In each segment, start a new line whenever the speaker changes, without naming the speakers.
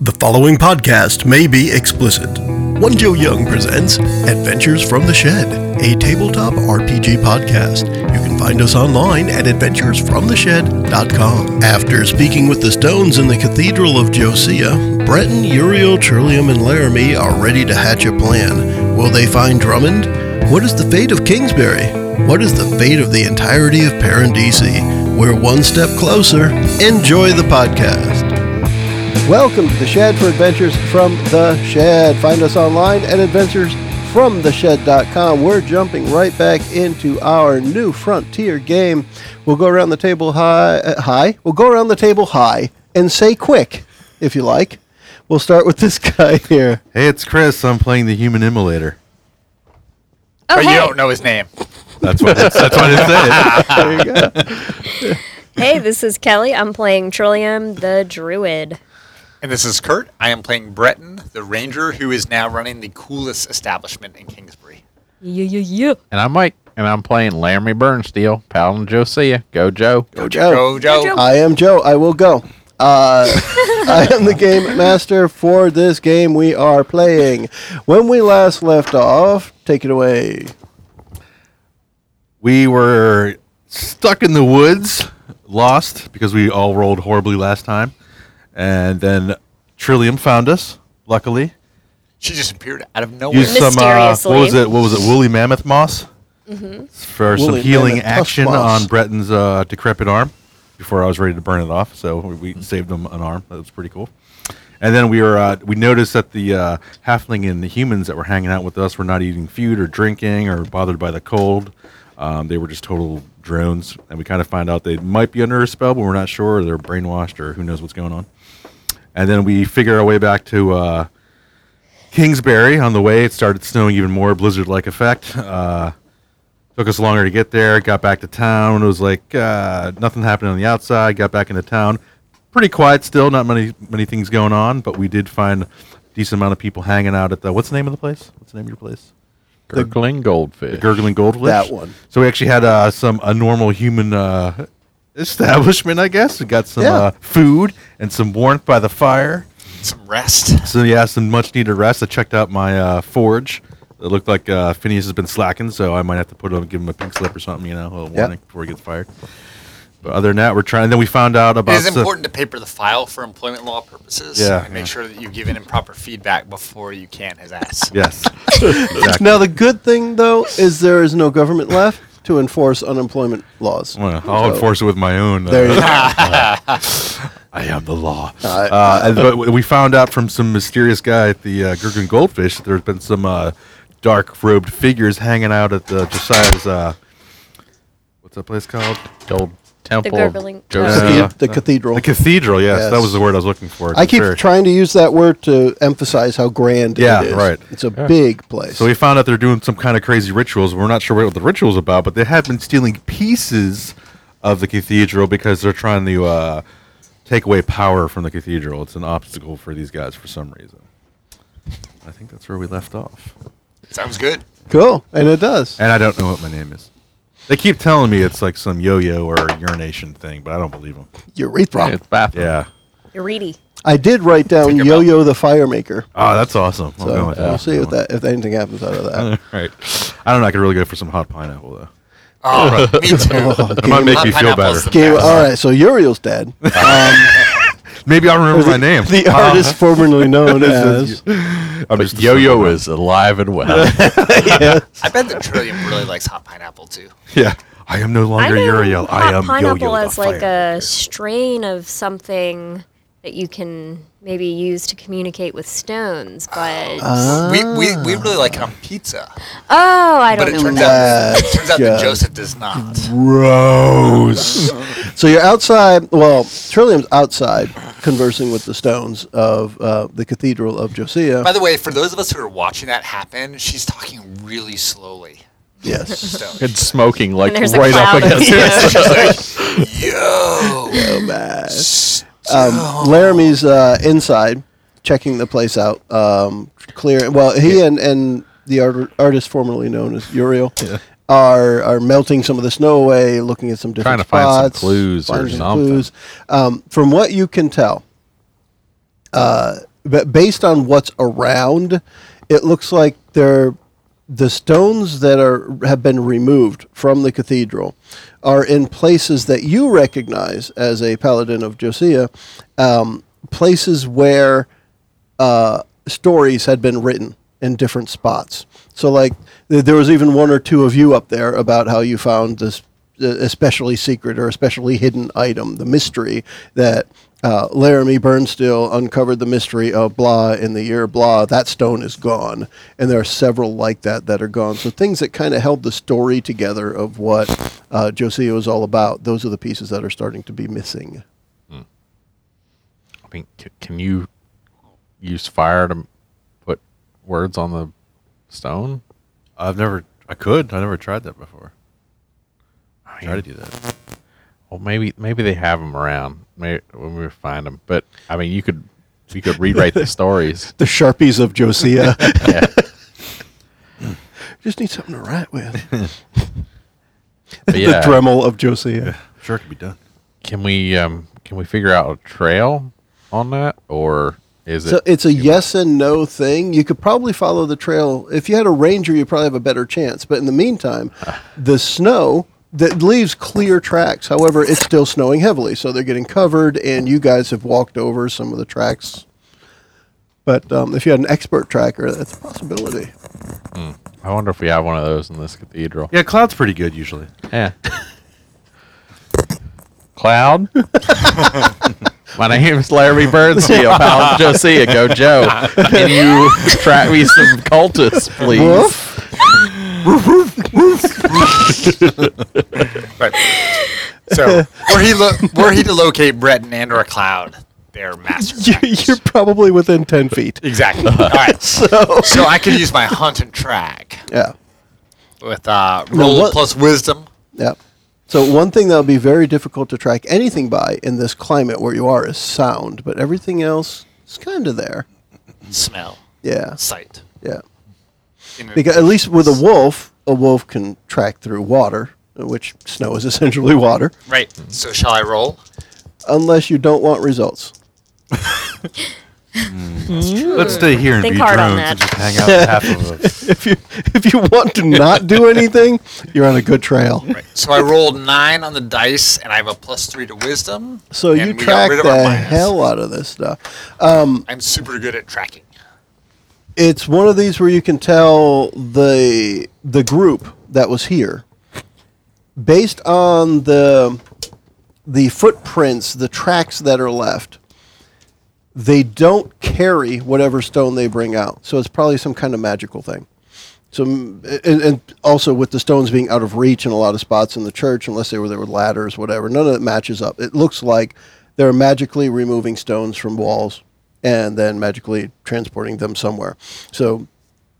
The following podcast may be explicit. One Joe Young presents Adventures from the Shed, a tabletop RPG podcast. You can find us online at adventuresfromtheshed.com. After speaking with the stones in the Cathedral of Josiah, Breton, Uriel, Trillium, and Laramie are ready to hatch a plan. Will they find Drummond? What is the fate of Kingsbury? What is the fate of the entirety of Parandisi? We're one step closer. Enjoy the podcast.
Welcome to the Shed for Adventures from the Shed. Find us online at adventuresfromtheshed.com. We're jumping right back into our new frontier game. We'll go around the table high, uh, high. We'll go around the table high and say quick, if you like. We'll start with this guy here.
Hey, it's Chris. I'm playing the human immolator.
Oh,
but
hey.
you don't know his name.
That's what it's, that's what it
There
said.
you go.
hey, this is Kelly. I'm playing Trillium the Druid.
And this is Kurt. I am playing Breton, the ranger who is now running the coolest establishment in Kingsbury.
Yeah, yeah, yeah.
And I'm Mike, and I'm playing Laramie Burnsteel, Paladin Josiah. Go Joe.
Go, Joe.
Oh.
Go, Joe.
Joe.
I am Joe. I will go. Uh, I am the game master for this game we are playing. When we last left off, take it away.
We were stuck in the woods, lost because we all rolled horribly last time, and then Trillium found us. Luckily,
She just appeared out of nowhere.
used some uh, what
Mysteriously.
was it? What was it? Woolly mammoth moss
Woolly
for some healing
mammoth tusk
action
moss.
on Breton's uh, decrepit arm. Before I was ready to burn it off, so we, we saved him an arm. That was pretty cool. And then we were uh, we noticed that the uh, halfling and the humans that were hanging out with us were not eating food or drinking or bothered by the cold. Um, they were just total drones, and we kind of find out they might be under a spell, but we're not sure. Or they're brainwashed, or who knows what's going on. And then we figure our way back to uh, Kingsbury. On the way, it started snowing even more, blizzard-like effect. Uh, took us longer to get there. Got back to town. It was like uh, nothing happened on the outside. Got back into town. Pretty quiet still. Not many many things going on, but we did find a decent amount of people hanging out at the. What's the name of the place? What's the name of your place?
Gurgling Goldfish.
Gurgling Goldfish.
That one.
So we actually had uh, some a normal human uh, establishment, I guess. We got some
Yeah.
uh, food and some warmth by the fire.
Some rest.
So yeah, some much needed rest. I checked out my uh, forge. It looked like uh, Phineas has been slacking, so I might have to put him, give him a pink slip or something, you know, a little
Yeah.
warning before he gets fired. But other than that, we're trying. Then we found out
It
about
is
some-
important to paper the file for employment law purposes
Yeah,
and make
yeah.
sure that you give in proper feedback before you can his ass.
Yes. exactly.
Now the good thing though is there is no government left to enforce unemployment laws.
Well, I'll enforce it with my own. uh,
There you go.
I am the law. Uh, and- but we found out from some mysterious guy at the uh, Gurgling Goldfish that there's been some uh, dark robed figures hanging out at the Josiah's. Uh, what's that place called?
Gold Temple.
The Gurgling-
Of Joseph.
Uh,
The- the cathedral.
The cathedral, yes,
Yes.
That was the word I was looking for.
I keep
Sure.
trying to use that word to emphasize how grand
Yeah,
it is.
right.
It's a big place.
So we found out they're doing some kind of crazy rituals. We're not sure what the ritual's about, but they have been stealing pieces of the cathedral because they're trying to uh, take away power from the cathedral. It's an obstacle for these guys for some reason. I think that's where we left off.
Sounds good.
cool. And it does.
And I don't know what my name is. They keep telling me it's like some yo-yo or urination thing, but I don't believe them.
Urethra.
It's bathroom.
Yeah.
You're reedy.
I did write down
Think about-
Yo-Yo the Firemaker.
Oh, that's awesome. I'm
So
going with
we'll
that.
see if that if anything happens out of that.
All right. I don't know. I could really go for some hot pineapple though.
Oh, me too.
That might make
Hot
me feel
pineapple's
better.
the
Okay, well,
best.
all right. So Uriel's dead.
Maybe I'll remember my name.
the artist
Uh-huh.
formerly known as.
I'm
But
just
Yo Yo
assuming.
is alive and well.
I bet that Trillium really likes hot pineapple too.
Yeah. I am no
I
longer
know
Uriel. I
hot
am
pineapple
Yo-Yo the
as like
Fire.
a strain of something that you can maybe use to communicate with stones, but
Uh-huh.
We, we, we really like it on pizza.
oh, I
But
don't
it
know.
turns
enough.
out, it turns out that
Gotcha.
Joseph does not.
Gross.
So you're outside. Well, Trillium's outside conversing with the stones of uh, the Cathedral of Josiah.
By the way, for those of us who are watching that happen, she's talking really slowly.
yes.
So,
it's smoking like
And there's a
right up
cloud of
against
smoke.
it.
yo,
So bad. Um, Laramie's uh, inside, checking the place out. Um, clear. Well, he and and the art, artist formerly known as Uriel are are melting some of the snow away, looking at some different
Trying to find some
spots,
clues or
finding
something.
Um, from what you can tell, uh, but based on what's around, it looks like they're the stones that are have been removed from the cathedral are in places that you recognize as a paladin of Josiah, um, places where uh, stories had been written in different spots. So, like, th- there was even one or two of you up there about how you found this uh, especially secret or especially hidden item, the mystery that uh, Laramie Burnstill uncovered the mystery of blah in the year blah. That stone is gone. And there are several like that that are gone. So, things that kind of held the story together of what uh, Josiah was all about, those are the pieces that are starting to be missing.
I mean, c- can you use fire to put words on the stone?
I've never. I could. I never tried that before.
I
Try to
mean,
do that.
well, maybe maybe they have them around. Maybe when we find them, but I mean, you could you could rewrite the stories.
The Sharpies of Josiah.
Yeah.
Just need something to write with.
But yeah,
The Dremel of Josiah.
Sure, it could be done.
can we um can we figure out a trail on that, or is
So
it?
it's a yes and no thing. You could probably follow the trail. If you had a ranger, you probably have a better chance. But in the meantime, the snow that leaves clear tracks. However, it's still snowing heavily, so they're getting covered, and you guys have walked over some of the tracks. But um, if you had an expert tracker, that's a possibility.
I wonder if we have one of those in this cathedral.
Yeah, cloud's pretty good usually.
Yeah. Cloud. My name is Larry Birdseal. Pal Josiah, go Joe. Can you track me some cultists, please?
Woof.
But so were he lo- were he to locate Breton and or Cloud, they're masters.
You- You're probably within ten feet.
Exactly. All right. So, I could use my hunt and track
Yeah.
with uh, roll
what-
plus wisdom.
Yeah. So one thing that would be very difficult to track anything by in this climate where you are is sound, but everything else is kind of there.
smell,
Yeah.
sight.
Yeah.
In a-
Because at least with a wolf, a wolf can track through water, which snow is essentially water,
right. So shall I roll?
unless you don't want results.
Let's stay here and
Think
be
hard
drones
on that.
and just hang out with half of us.
If you if you want to not do anything, you're on a good trail.
So I rolled nine on the dice, and I have a plus three to wisdom.
So
and
you
we got
track
rid of our
the
minus.
hell out of this stuff.
I'm super good at tracking.
It's one of these where you can tell the the group that was here based on the the footprints, the tracks that are left. They don't carry whatever stone they bring out, so it's probably some kind of magical thing. So, m- and, and also with the stones being out of reach in a lot of spots in the church, unless they were there with ladders, whatever, none of it matches up. It looks like they're magically removing stones from walls and then magically transporting them somewhere. So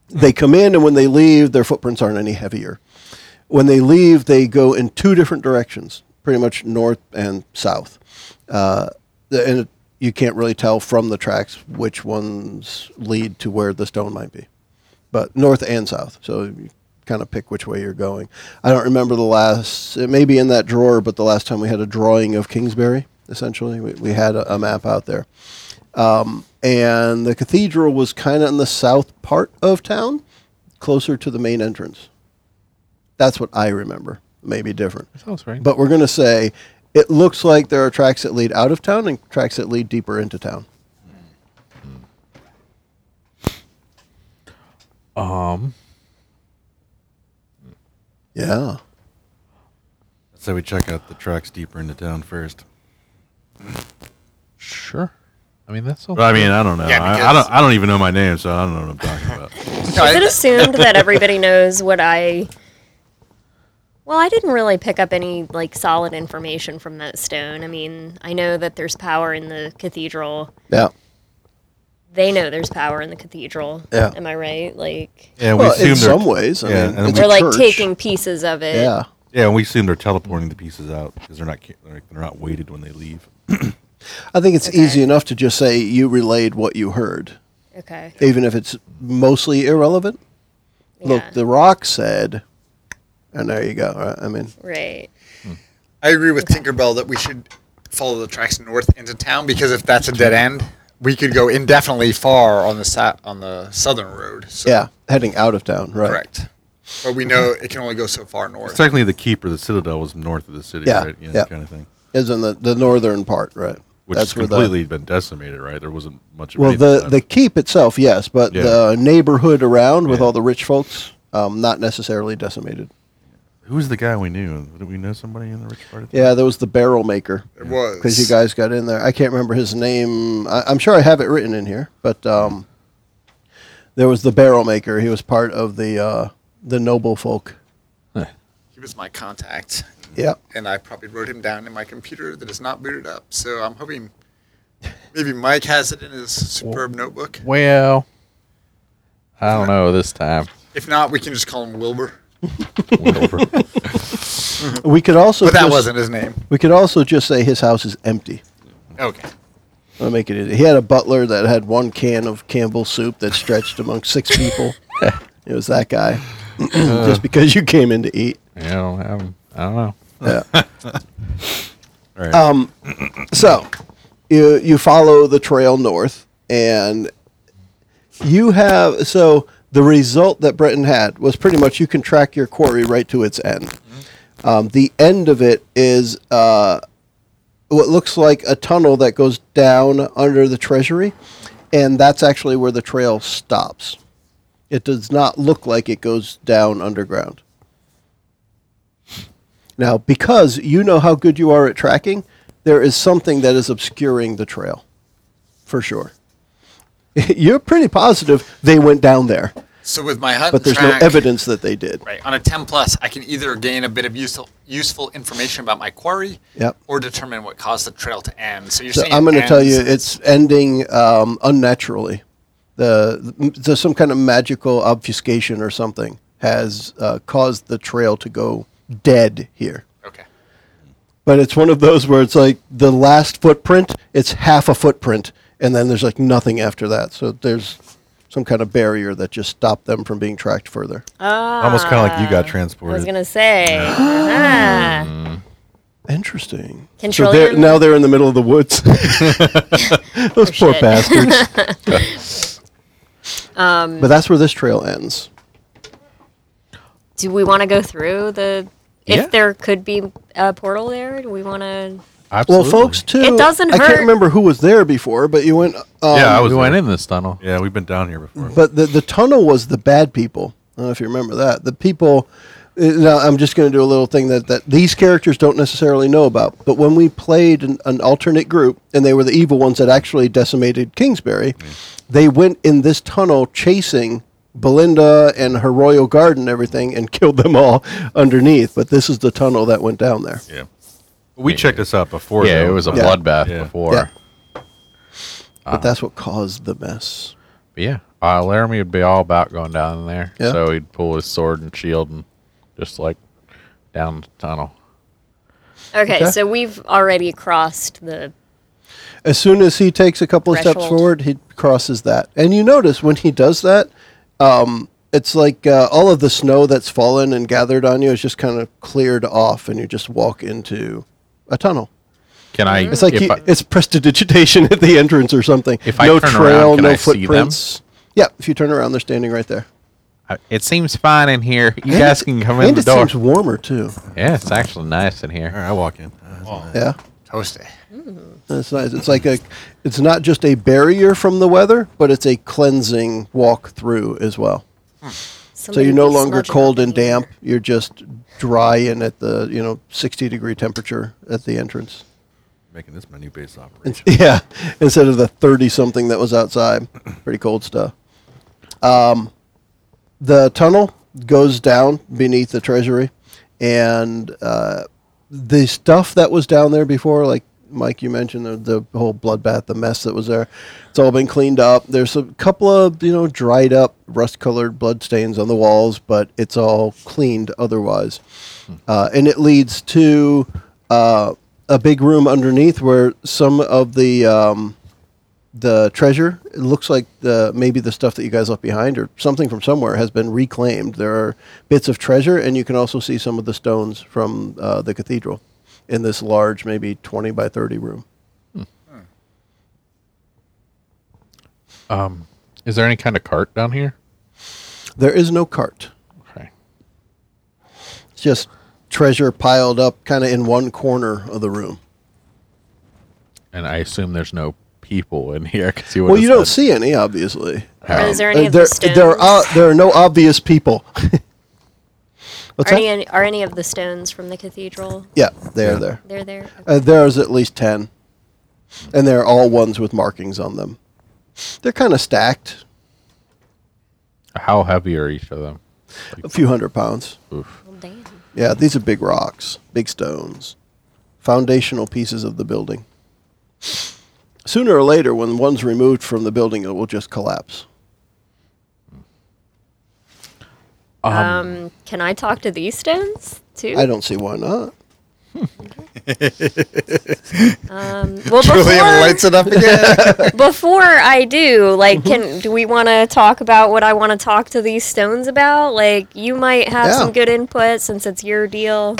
they come in, and when they leave, their footprints aren't any heavier. When they leave, they go in two different directions, pretty much north and south. Uh, the- and it, you can't really tell from the tracks which ones lead to where the stone might be but north and south. So you kind of pick which way you're going. I don't remember the last, it may be in that drawer, but the last time we had a drawing of Kingsbury, essentially, we, we had a, a map out there. Um, and the cathedral was kind of in the south part of town, closer to the main entrance. That's what I remember. Maybe different.
Sounds right.
But we're going to say it looks like there are tracks that lead out of town and tracks that lead deeper into town.
Um,
Yeah.
So we check out the tracks deeper into town first.
sure. I mean, that's all.
But I mean, I don't know.
Yeah,
I, I
because-
don't. I don't even know my name, so I don't know what I'm talking about.
No,
Is it
I-
assumed that everybody knows what I? Well, I didn't really pick up any like solid information from that stone. I mean, I know that there's power in the cathedral.
Yeah.
They know there's power in the cathedral.
Yeah.
Am I right? Like,
Yeah, we
Well,
assume
in
they're.
some ways. I
yeah,
mean,
and
it's
we-
a
or like
church.
taking pieces of it.
Yeah.
Yeah, and we assume they're teleporting the pieces out because they're not. ca- They're they're not weighted when they leave.
I think it's easy enough to just say you relayed what you heard,
Okay.
even if it's mostly irrelevant.
Yeah.
Look, The Rock said, and there you go. Right? I mean,
Right.
I agree with Tinkerbell that we should follow the tracks north into town because if that's a dead end, we could go indefinitely far on the sa- on the southern road. So,
Yeah, heading out of town, right?
correct. But we know it can only go so far north.
It's technically the keep or the citadel was north of the city,
Yeah,
right?
yeah.
kind of thing.
Is in the, the northern part, right?
Which has
where the-
completely been decimated, right? There wasn't much. Of
Well,
anything
the,
left.
the keep itself, yes, but
Yeah.
the neighborhood around with
Yeah.
all the rich folks, um, not necessarily decimated.
who was the guy we knew? Did we know somebody in the rich part of town?
Yeah, there was the barrel maker
It was
because you guys got in there. I can't remember his name. I, I'm sure I have it written in here, but um, there was the barrel maker. He was part of the uh, the noble folk.
He was my contact,
Yeah,
and I probably wrote him down in my computer that is not booted up. So I'm hoping maybe Mike has it in his superb notebook.
Well, I don't know this time.
If not, we can just call him Wilbur.
we could also.
But that
just-
wasn't his name.
We could also just say his house is empty.
Okay.
That'll make it easy. He had a butler that had one can of Campbell's soup that stretched among six people. it was that guy. Just because you came in to eat.
I don't have. I don't know.
Yeah.
All right.
Um, so you you follow the trail north, and you have so the result that Breton had was pretty much you can track your quarry right to its end. Um, the end of it is uh, what looks like a tunnel that goes down under the treasury, and that's actually where the trail stops. It does not look like it goes down underground. Now, because you know how good you are at tracking, there is something that is obscuring the trail, for sure. You're pretty positive they went down there,
So with my hunt,
but there's
track,
no evidence that they did.
Right. On a 10 plus, I can either gain a bit of useful useful information about my quarry
Yep.
or determine what caused the trail to end. So you're
So
saying
I'm going
it
to tell you,
ends-
it's ending um, unnaturally. The there's some kind of magical obfuscation or something has uh, caused the trail to go dead here.
Okay.
But it's one of those where it's like the last footprint, it's half a footprint, and then there's like nothing after that. So there's some kind of barrier that just stopped them from being tracked further.
Almost kind of like you got
Ah, I was
transported.
gonna say. Ah.
Interesting. So
Control
they're,
him?
now they're in the middle of the woods. Those poor
shit. Um,
bastards. but that's where this trail ends.
Do we want to go through the? If
Yeah.
there could be a portal there, do we want to?
Absolutely.
Well, folks, too.
It doesn't
I can't
hurt.
remember who was there before, but you went. Um,
Yeah, I was
we went
there.
in this tunnel.
Yeah, we've been down here before.
But the, the tunnel was the bad people. I don't know if you remember that. The people. uh, Now I'm just going to do a little thing that, that these characters don't necessarily know about. But when we played an, an alternate group, and they were the evil ones that actually decimated Kingsbury, they went in this tunnel chasing Belinda and her royal guard and everything, and killed them all underneath. But this is the tunnel that went down there.
yeah. We checked this out before.
Yeah,
though.
it was a
Yeah.
bloodbath
Yeah.
before.
Yeah.
Ah.
But that's what caused the mess.
But yeah, uh, Laramie would be all about going down in there.
Yeah.
So he'd pull his sword and shield and just like down the tunnel.
Okay,
Okay.
so we've already crossed the.
As soon as he takes a couple of steps
Threshold.
forward, he crosses that. And you notice when he does that, um, it's like uh, all of the snow that's fallen and gathered on you is just kind of cleared off, and you just walk into a tunnel.
Can I?
It's like
if
he,
I-
it's prestidigitation at the entrance or something.
If I
no
turn around,
trail,
can
no
I see them?
footprints. Yeah, if you turn around, they're standing right there.
I- it seems fine in here. You
And
guys
it-
can come in
and
the
it
door.
seems warmer too.
yeah, it's actually nice in here.
All right, I walk in. Uh,
Yeah,
Toasty.
that's nice. It's like a, it's not just a barrier from the weather, but it's a cleansing walk through as well. So
somebody
you're no
was
longer
smudging
cold
up
and
in here.
damp. You're just dry and at the you know 60 degree temperature at the entrance.
making this my new base operation.
It's- yeah, instead of the 30 something that was outside. Pretty cold stuff. Um, the tunnel goes down beneath the treasury, and uh, the stuff that was down there before, like Mike, you mentioned the, the whole bloodbath, the mess that was there. It's all been cleaned up. There's a couple of you know dried up, rust colored blood stains on the walls, but it's all cleaned otherwise. Uh, and it leads to uh, a big room underneath where some of the um, the treasure. It looks like the maybe the stuff that you guys left behind or something from somewhere has been reclaimed. There are bits of treasure, and you can also see some of the stones from uh, the cathedral in this large, maybe twenty by thirty room.
Is there any kind of cart down here?
There is no cart.
Okay.
It's just treasure piled up kind of in one corner of the room.
And I assume there's no people in here because you.
Well, you don't see any, obviously.
Is there
Uh,
any of
there,
the stones?
there are there are no obvious people. What's
are,
that?
any, are any of the stones from the cathedral?
yeah, they are there.
They're there.
Uh, there's at least 10. And they're all ones with markings on them. They're kind of stacked,
How heavy are each of them?
a few hundred pounds.
Oof.
Well, Oh, damn.
Yeah, these are big rocks, big stones, foundational pieces of the building. Sooner or later, when one's removed from the building, it will just collapse.
Um, can I talk to these stones too?
I don't see why not.
Well,
William
before,
lights it up again.
before I do, like,
Mm-hmm.
can do we want to talk about what I want to talk to these stones about? Like, you might have
Yeah.
some good input since it's your deal,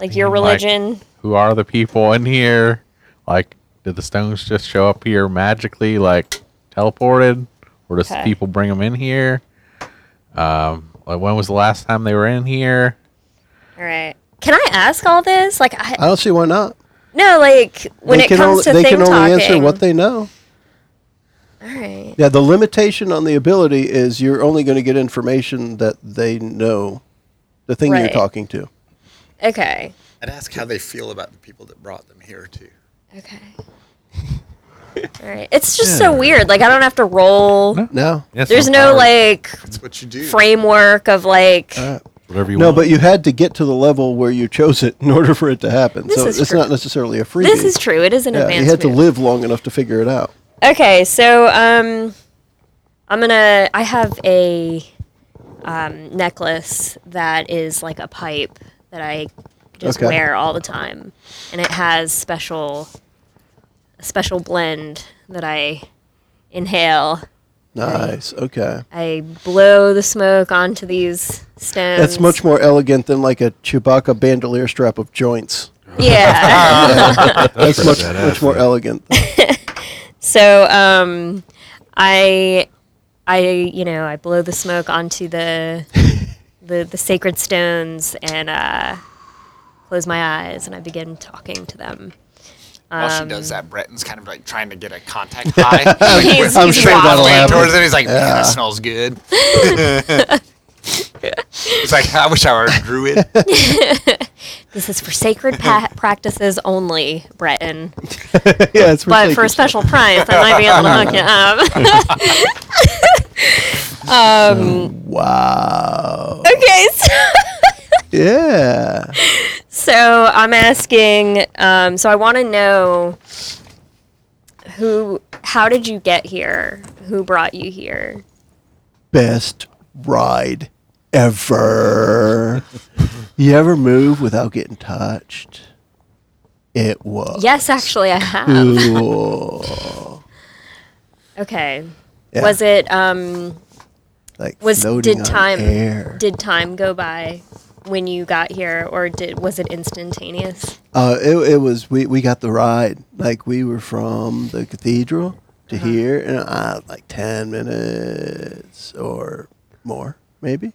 like your
mean, like-
religion.
Who are the people in here? Like, did the stones just show up here magically, like teleported, or does
Okay.
people bring them in here? Um, like, when was the last time they were in here?
All right. Can I ask all this? Like, I,
I don't see why not.
no, like when
they
it
can
comes
only,
to
they
thing
can only
talking.
answer what they know.
all right.
Yeah, the limitation on the ability is you're only going to get information that they know, the thing you're
Right.
talking to.
Okay.
I'd ask how they feel about the people that brought them here too.
Okay. all right. It's just so weird. Like I don't have to roll.
No,
Yes,
There's
I'm
no
tired.
like
That's what you do.
framework of like.
Uh,
whatever you
no,
want.
but you had to get to the level where you chose it in order for it to happen.
This
so
is
it's
true.
not necessarily a freebie.
this is true. It is an
Yeah,
advanced
you had to
move.
live long enough to figure it out.
Okay, so um, I'm gonna. I have a um, necklace that is like a pipe that I just
Okay.
wear all the time, and it has special, a special blend that I inhale.
Nice. Okay.
I blow the smoke onto these stones.
That's much more elegant than like a Chewbacca bandolier strap of joints.
Yeah.
That's much much more elegant.
So um, I, I you know I blow the smoke onto the the, the sacred stones and uh, close my eyes and I begin talking to them.
While she does that, Breton's kind of like trying to get a contact high. like,
He's,
I'm
he's
sure that'll
waddling.
happen.
towards it, he's like, man, that smells good.
It's like I wish I were a druid.
This is for sacred pa- practices only, Breton.
yeah, it's
But for a
ridiculous.
special price, I might be able to hook you up.
wow.
okay, so.
Yeah.
So I'm asking. Um, so I want to know who. How did you get here? Who brought you here?
Best ride ever. you ever move without getting touched? It was.
Yes, actually, I
Mm.
have.
Cool.
Okay.
Yeah.
Was it? Um,
like
was
floating
did
on
time
air.
did time go by when you got here, or did was it instantaneous?
Uh, it, it was we, we got the ride like we were from the cathedral to
Uh-huh.
here in uh, like ten minutes or more maybe.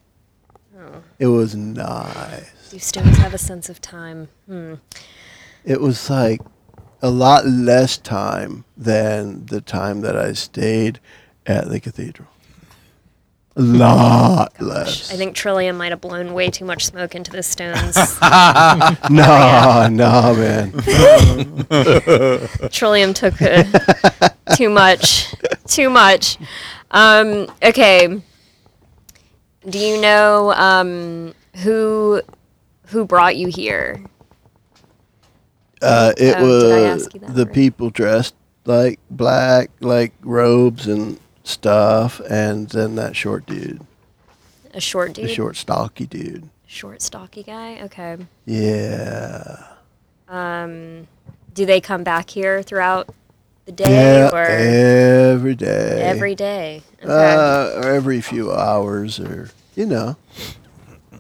Oh.
It was nice.
Do stones have a sense of time? Hmm.
It was like a lot less time than the time that I stayed at the cathedral.
Oh
A lot less.
I think Trillium might have blown way too much smoke into the stones.
no, no, man.
Trillium took uh, too much. Too much. Um, okay. Do you know um, who who brought you here?
Uh, it
Oh, did I
was
ask you that
the
already?
people dressed like black, like robes and stuff, and then that short dude,
A short dude?
the short stocky dude.
Short, stocky guy? Okay.
Yeah,
Do they come back here throughout the day
yeah,
or
every day,
every day? Okay.
uh, or every few hours, or you know,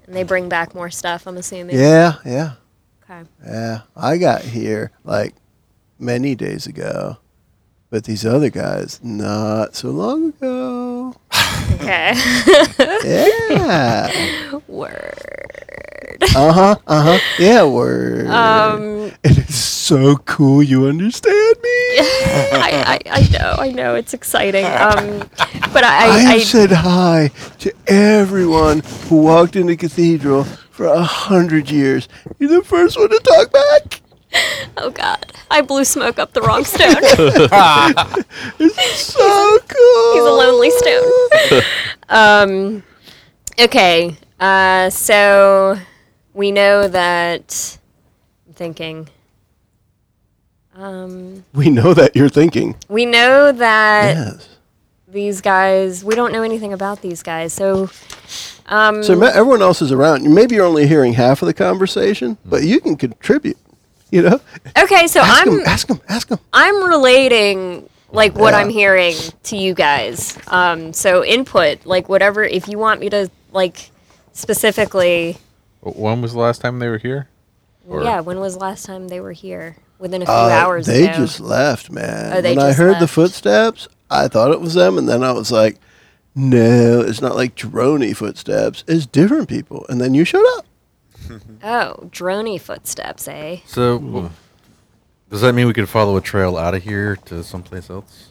and they bring back more stuff, I'm assuming.
yeah, yeah,
Okay.
yeah. I got here like many days ago, But these other guys, not so long ago.
Okay.
Yeah.
Word.
uh huh. Uh huh. Yeah. Word.
Um,
it is so cool. You understand me?
I, I, I know, I know, it's exciting. Um, but
I,
I, I,
said hi to everyone who walked in the cathedral for a hundred years. You're the first one to talk back.
oh god, I blew smoke up the wrong stone. He's
So cool.
a lonely stone. Um, okay, uh, so we know that. I'm thinking. Um,
We know that you're thinking.
we know that
yes.
these guys. We don't know anything about these guys, so. Um,
So ma- everyone else is around. Maybe you're only hearing half of the conversation, but you can contribute. You know,
okay, so
ask
I'm
them, ask them, ask them.
I'm relating like what
Yeah.
I'm hearing to you guys. Um, so input, like whatever, if you want me to like specifically,
When was the last time they were here? Or-
yeah. When was the last time they were here? Within a few
Uh,
hours.
They
ago.
just left, man.
Oh, they
when I
just
heard the
left.
footsteps, I thought it was them, and then I was like, "No, it's not like drony footsteps. It's different people." And then you showed up.
Oh, drony footsteps, eh?
So, w- does that mean we could follow a trail out of here to someplace else,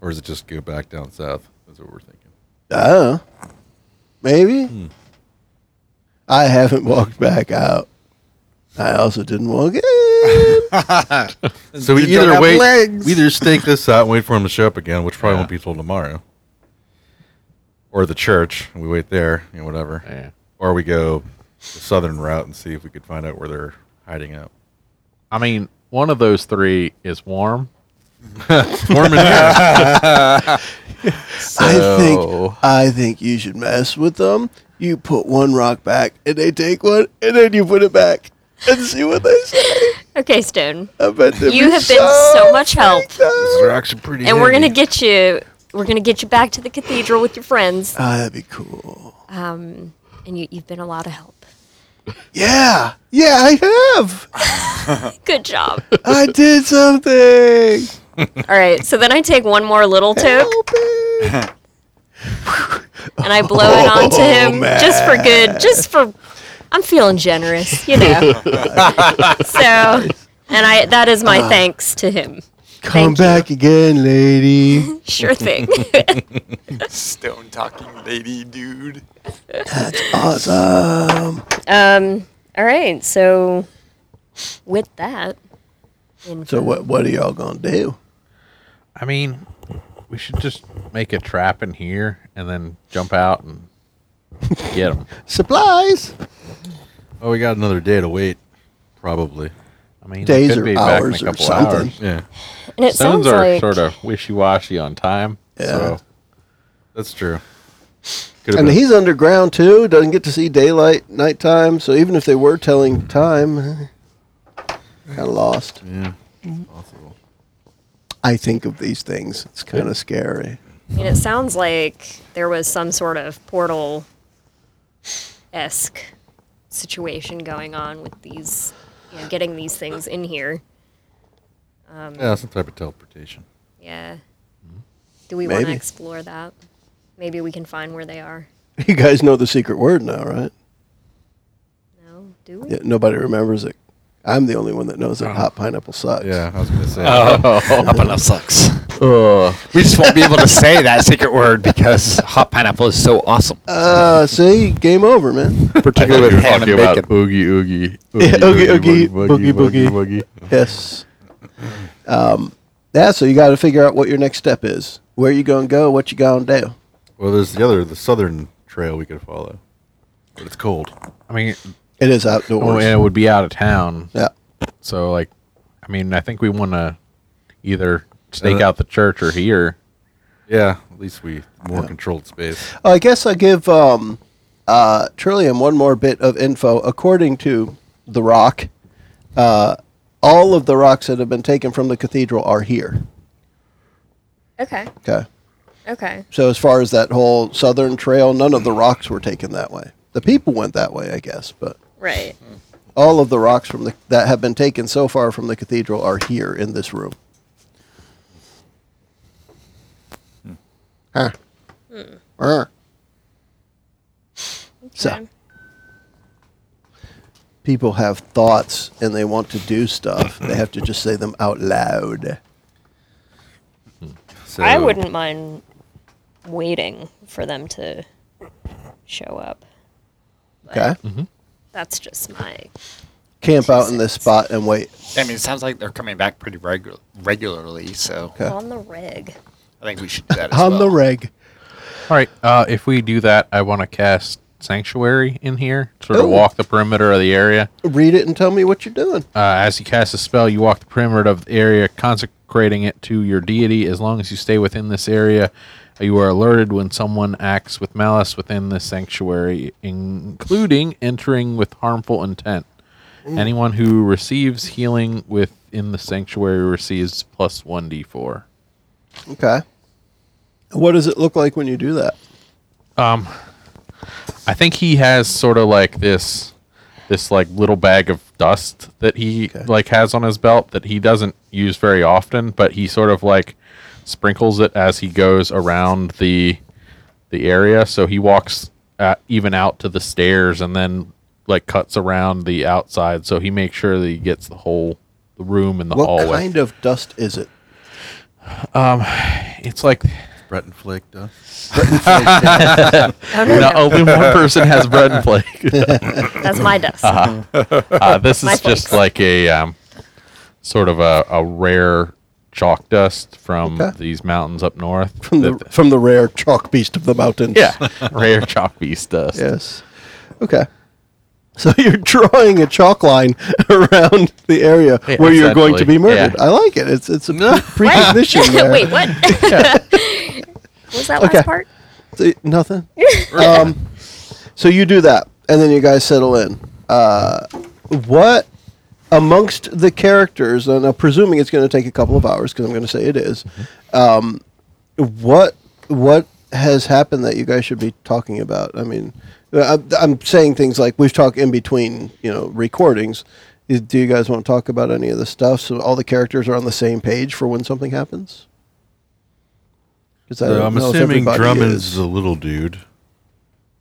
or is it just go back down south? That's what we're thinking.
Oh, maybe. I haven't walked back out. I also didn't walk in.
So we
You don't
either
have
wait,
legs.
we either stake this out and wait for him to show up again, which probably won't be till tomorrow, or the church. and We wait there, you know, whatever,
Yeah.
or we go the southern route and see if we could find out where they're hiding out.
I mean, one of those three is warm.
It's warm in here.
I
So-
think I think you should mess with them. You put one rock back, and they take one, and then you put it back, and see what they say.
Okay, Stone.
I bet they'd
You
be
have been so much help,
freaked out.
pretty.
and we're gonna get you. We're gonna get you back to the cathedral with your friends.
Ah, that'd be cool.
Um, and you, you've been a lot of help.
Yeah, yeah, I have.
Good job.
I did something.
All right, so then I take one more little toke.
Help it.
and I blow it onto him just for good, just for. I'm feeling generous, you know. so, and I that is my thanks to him.
Come
Thank you.
back again, lady.
Sure thing.
Stone talking lady dude.
Awesome.
um, all right, so with that, in
So what? What are y'all gonna do?
I mean, we should just make a trap in here and then jump out and get them.
Supplies.
Oh, we got another day to wait, probably.
I mean, they
Days
could
or
be back in a
hours or
couple
something.
hours.
Yeah,
and it sounds
Stones are
like
sort of wishy-washy on time.
Yeah.
So
that's true. Could
And he's underground too. Doesn't get to see daylight, nighttime. So even if they were telling time, kind of lost.
yeah, possible.
I think of these things. It's kind of scary.
I mean, it sounds like there was some sort of portal esque situation going on with these, you know, getting these things in here.
Yeah, some type of teleportation.
Yeah. Do we want
Maybe.
to explore that? Maybe we can find where they are.
You guys know the secret word now, right?
No, do we?
Yeah, nobody remembers it. I'm the only one that knows that hot pineapple sucks.
Yeah, I was gonna say.
Uh,
Hot pineapple Oh, sucks. We just won't be able to say that secret word because hot pineapple is so awesome.
Uh, see, game over, man.
Particularly with ham and bacon.
oogie oogie,
Yeah, oogie, oogie, boogie, boogie.
boogie.
Yes. Um, yeah, so you got to figure out what your next step is. Where you going to go? What you going to do?
Well, there's the other, the southern trail we could follow, but it's cold.
I mean,
It is outdoors.
oh, and it would be out of town.
Yeah.
So like, I mean, I think we want to either stake
Uh,
out the church or here.
Yeah, at least we more controlled space.
I guess I give um, uh, Trillium one more bit of info. According to The Rock, uh, all of the rocks that have been taken from the cathedral are here.
Okay.
Okay.
Okay.
So as far as that whole southern trail, none of the rocks were taken that way. The people went that way, I guess, but
Right.
all of the rocks from the, that have been taken so far from the cathedral are here in this room. Huh. Uh. So
Okay.
people have thoughts and they want to do stuff. they have to just say them out loud.
So,
Um,
I wouldn't mind waiting for them to show up.
Okay.
That's just my.
Camp out in this spot and wait.
I mean, it sounds like they're coming back pretty regu- regularly, so
Okay.
On the rig.
I think we should do that as
On
well.
the reg.
All right. Uh, if we do that, I want to cast Sanctuary in here, sort
Ooh.
of walk the perimeter of the area.
Read it and tell me what you're doing.
Uh, as you cast a spell, you walk the perimeter of the area, consecrating it to your deity. As long as you stay within this area, you are alerted when someone acts with malice within the sanctuary, including entering with harmful intent. Anyone who receives healing within the sanctuary receives plus 1d4.
Okay. What does it look like when you do that?
Um, I think he has sort of like this, this like little bag of dust that he like has on his belt that he doesn't use very often, but he sort of like sprinkles it as he goes around the the area. So he walks uh even out to the stairs and then like cuts around the outside. So he makes sure that he gets the whole the room and the
What
hallway.
kind of dust is it?
It's like
Brett and Flake does.
Oh, no,
no,
no.
only one person has bread and flake.
That's my dust.
Uh-huh.
Uh, this
My
is just
flakes.
like a um, sort of a, a rare chalk dust from
Okay.
these mountains up north.
From the,
That-
from the rare chalk beast of the mountains.
yeah, rare chalk beast dust.
Yes. Okay. So you're drawing a chalk line around the area
Yeah,
where you're going to
essentially,
be murdered.
yeah.
I like it. It's it's a pre- precondition there.
Wait, what? What was that last
Okay.
part?
See, nothing. um, so you do that, and then you guys settle in. Uh, what amongst the characters, and I'm presuming it's going to take a couple of hours because I'm going to say it is. Um, what what has happened that you guys should be talking about? I mean, I'm, I'm saying things like we've talked in between, you know, recordings. Is- Do you guys want to talk about any of the stuff so all the characters are on the same page for when something happens? 'Cause I
So
don't
Uh, I'm
know if
assuming
everybody
Drummond's
is.
is a little dude,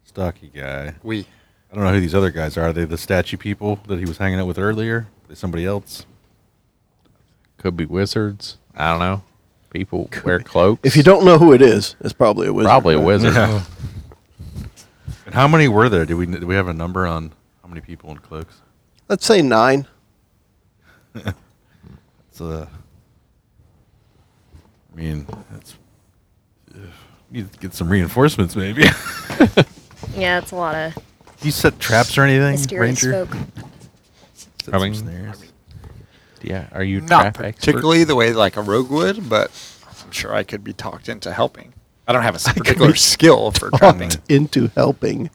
stocky guy.
We.
I don't know who these other guys are. Are they the statue people that he was hanging out with earlier? Are they somebody else?
Could be wizards. I don't know. People wear cloaks.
If you don't know who it is, it's probably a wizard.
probably a wizard.
And how many were there? Do we do we have a number on how many people in cloaks?
Let's say nine.
It's uh, I mean, that's ugh, need to get some reinforcements maybe.
Yeah, it's a lot of
Do you set traps or anything,
mysterious
Ranger?
folk.
Set some
I mean-
snares.
yeah. Are you
Not
trap expert?
particularly the way like a rogue would, but I'm sure I could be talked into helping. I don't have a s- particular skill for trapping.
Talked into helping.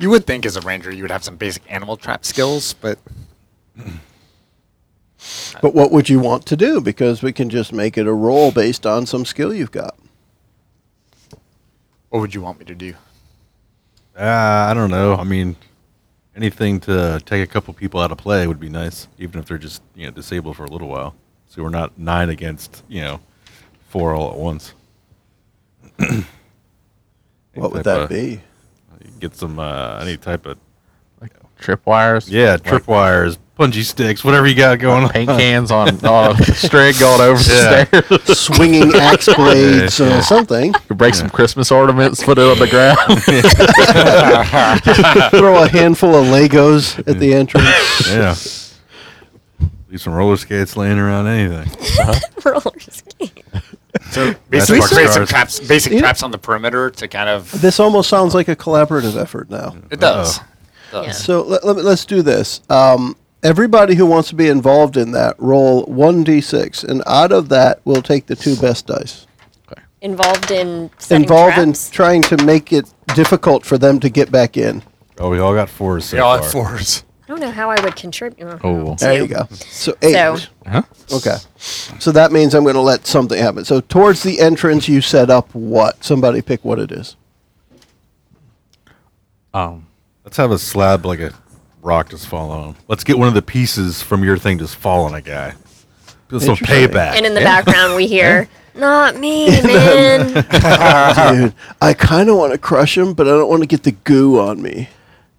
You would think as a ranger you would have some basic animal trap skills, but
But what would you want to do? Because we can just make it a roll based on some skill you've got.
what would you want me to do?
Uh, I don't know. I mean, anything to take a couple people out of play would be nice, even if they're just you know disabled for a little while. So we're not nine against you know four all at once.
What would
Type
that
of-
be?
Get some uh, any type of
Tripwires.
yeah tripwires, bungee sticks, whatever you got going on.
Paint cans on on a string going over
Yeah.
the stairs.
Swinging axe blades
Yeah, yeah.
or something.
You break some Christmas ornaments, put it on the ground.
Throw a handful of Legos at the entrance.
Yeah. Leave some roller skates laying around. Anything.
Roller skate.
So basically
Matchbox
create some
cars.
traps basic
You know-
traps on the perimeter to kind of
This almost sounds like a collaborative effort now.
it does.
Uh-huh.
Uh-oh.
Yeah.
So let, let, us do this. Um, everybody who wants to be involved in that, roll 1d6, and out of that, we'll take the two best dice.
Involved in setting
Involved
traps.
in trying to make it difficult for them to get back in.
Oh, we all got fours. So
They all have
far.
fours.
I don't know how I would contribute.
Oh.
There you go. So eight.
So
Huh?
Okay. So that means I'm going to let something happen. So towards the entrance, you set up what? Somebody pick what it is.
Um.
Let's have a slab like a rock just fall on. Let's get one of the pieces from your thing just fall on a guy. Feel some
Interesting.
payback.
and in the background we hear Not me, man.
Dude, I kind of want to crush him, but I don't want to get the goo on me.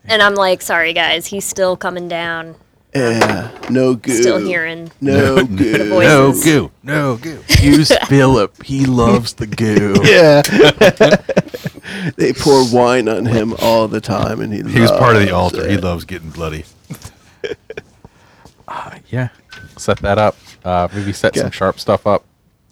and I'm like, sorry guys, he's still coming down.
Yeah, no goo.
Still hearing.
No
The
goo.
voice.
No
Voices.
goo. No goo.
Use Philip. He loves the goo.
Yeah. they pour wine on him all the time, and he.
He was part of the
loves
altar.
it.
He loves getting bloody.
Yeah. Set that up. Uh, maybe set
Yeah.
some sharp stuff up.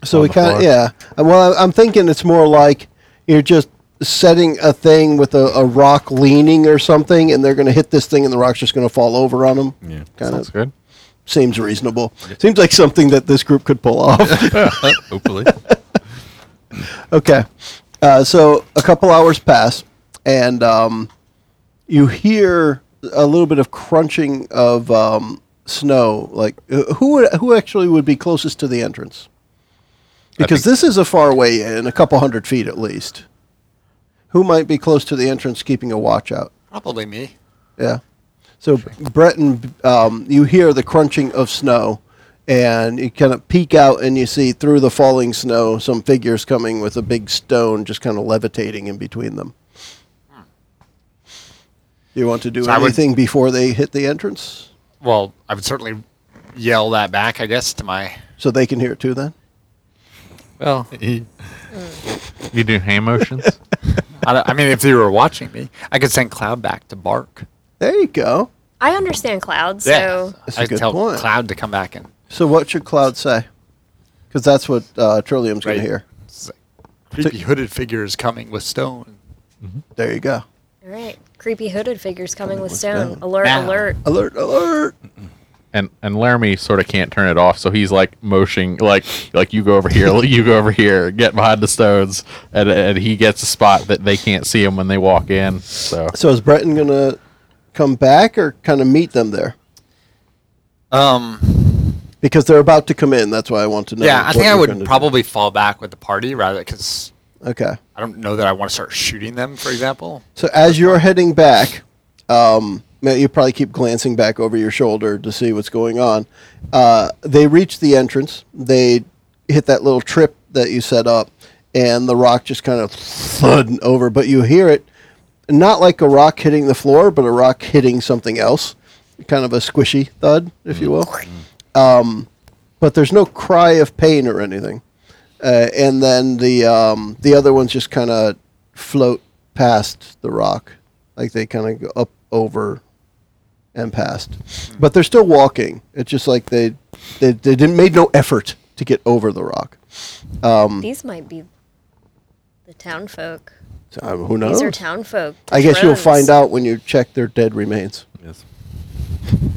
So
on
we
the
kind of
floor.
yeah. Uh, Well, I- I'm thinking it's more like you're just setting a thing with a, a rock leaning or something, and they're going to hit this thing, and the rock's just going to fall over on them.
Yeah.
kind
Sounds
of
good.
seems reasonable. Seems like something that this group could pull off.
Hopefully.
okay, uh, so a couple hours pass, and um, you hear a little bit of crunching of um, snow. Like uh, who would, who actually would be closest to the entrance? Because this is a far way in, a couple hundred feet at least. Who might be close to the entrance, keeping a watch out?
Probably me.
Yeah. So Breton, um, you hear the crunching of snow, and you kind of peek out and you see through the falling snow some figures coming with a big stone, just kind of levitating in between them. Hmm. You want to do
So I would-
anything before they hit the entrance,
Well, I would certainly yell that back, I guess, to my.
so they can hear it too? Then
Well,
You do hand motions?
I, don't- I mean, if they were watching me, I could send Cloud back to bark.
there you go.
I understand cloud, so
yeah,
That's a
I could
good
tell
point.
Cloud to come back and.
So what should Cloud say? Because that's what uh, Trillium's going
Right.
to hear.
It's like, creepy hooded figures coming with stone.
There you go.
all right. Creepy hooded figures coming with
stone.
stone. Alert,
Now.
alert.
Alert! Alert!
and and Laramie sort of can't turn it off, so he's like motioning, like like you go over here, you go over here, get behind the stones, and and he gets a spot that they can't see him when they walk in. So
So is Breton going to come back or kind of meet them there?
Um,
Because they're about to come in. That's why I want to know.
yeah, I
what
think I
you're
would
gonna do.
probably fall back with the party rather because
Okay.
I don't know that I want to start shooting them, for example.
So as you're heading back, um, ma- you probably keep glancing back over your shoulder to see what's going on. Uh, they reach the entrance. They hit that little trip that you set up, and the rock just kind of thud over. But you hear it, not like a rock hitting the floor, but a rock hitting something else, kind of a squishy thud, if you will. Um, but there's no cry of pain or anything. Uh, and then the um, the other ones just kind of float past the rock, like they kind of go up over and past. But they're still walking. It's just like they they, they didn't made no effort to get over the rock. Um,
These might be the town folk.
So, um, who knows?
These are town folk.
I guess you'll find out when you check their dead remains.
yes.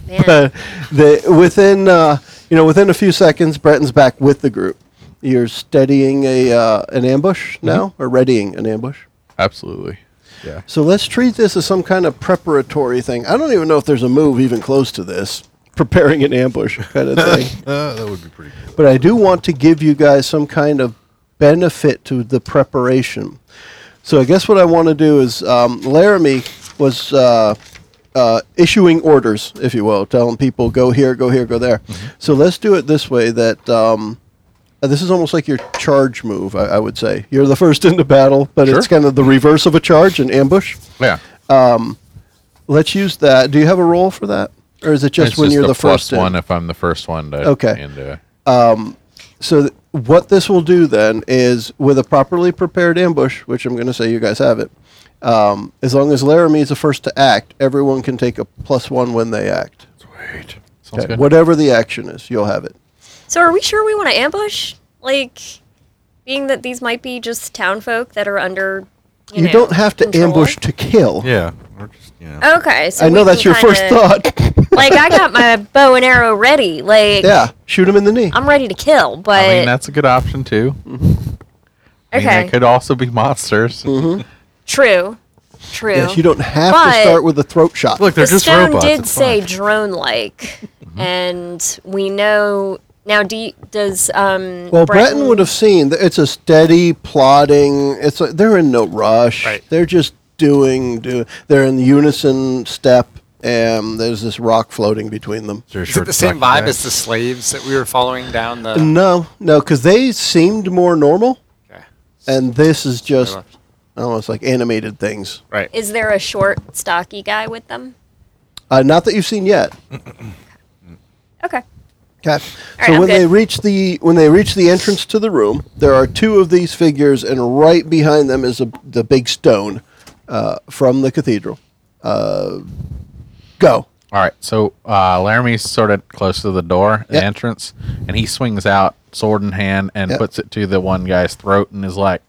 Man,
Uh, the within uh, you know within a few seconds, Breton's back with the group. You're steadying a uh, an ambush now, or readying an ambush.
absolutely, yeah.
So let's treat this as some kind of preparatory thing. I don't even know if there's a move even close to this, preparing an ambush kind of thing.
Uh, that would be pretty cool.
but I do want to give you guys some kind of benefit to the preparation. So I guess what I want to do is um, Laramie was uh, uh, issuing orders, if you will, telling people go here, go here, go there. So let's do it this way that. Um, uh, this is almost like your charge move, I, I would say. You're the first into battle, but it's
Sure.
kind of the reverse of a charge, an ambush.
Yeah.
Let's use that. Do you have a role for that, or is it just
It's
when you're the,
plus
first
one
In?
if I'm the first one to
Okay.
and uh,
So th- what this will do then is, with a properly prepared ambush, which I'm going to say you guys have it. Um, as long as Laramie is the first to act, everyone can take a plus one when they act.
sounds
Okay,
good.
Whatever the action is, you'll have it.
so are we sure we want to ambush? Like, being that these might be just town folk that are under. You,
You,
know,
don't have to
control?
ambush to kill.
Yeah. Or just, you know.
Okay, so
I know
we
that's
can
your first
kinda-
thought.
Like, I got my bow and arrow ready. Like,
yeah, shoot him in the knee.
I'm ready to kill, but
I mean that's a good option too. I mean,
okay,
it could also be monsters.
Mm-hmm.
true, true.
Yes, you don't have to
But-
start with a throat shot.
Look, they're
the
just
stone
robots.
did
it's
say
fine.
drone-like, and we know now. Do you- does um?
Well, Breton, would have seen that it's a steady plodding. It's like they're in no rush.
Right.
They're just doing. Do, they're in unison step, and there's this rock floating between them.
Is there a
Is it
short
the same
stack
vibe
there?
as the slaves that we were following down the?
No, no, because they seemed more normal,
Okay.
and this is just
Very much.
almost like animated things.
Right.
Is there a short, stocky guy with them?
Uh, not that you've seen yet.
Okay.
Okay.
right,
so
I'm
when they
good.
reach the when they reach the entrance to the room, there are two of these figures, and right behind them is a, the big stone uh, from the cathedral. Uh, go.
All right, so uh, Laramie's sort of close to the door, the
Yep.
entrance, and he swings out, sword in hand, and
Yep.
puts it to the one guy's throat, and is like,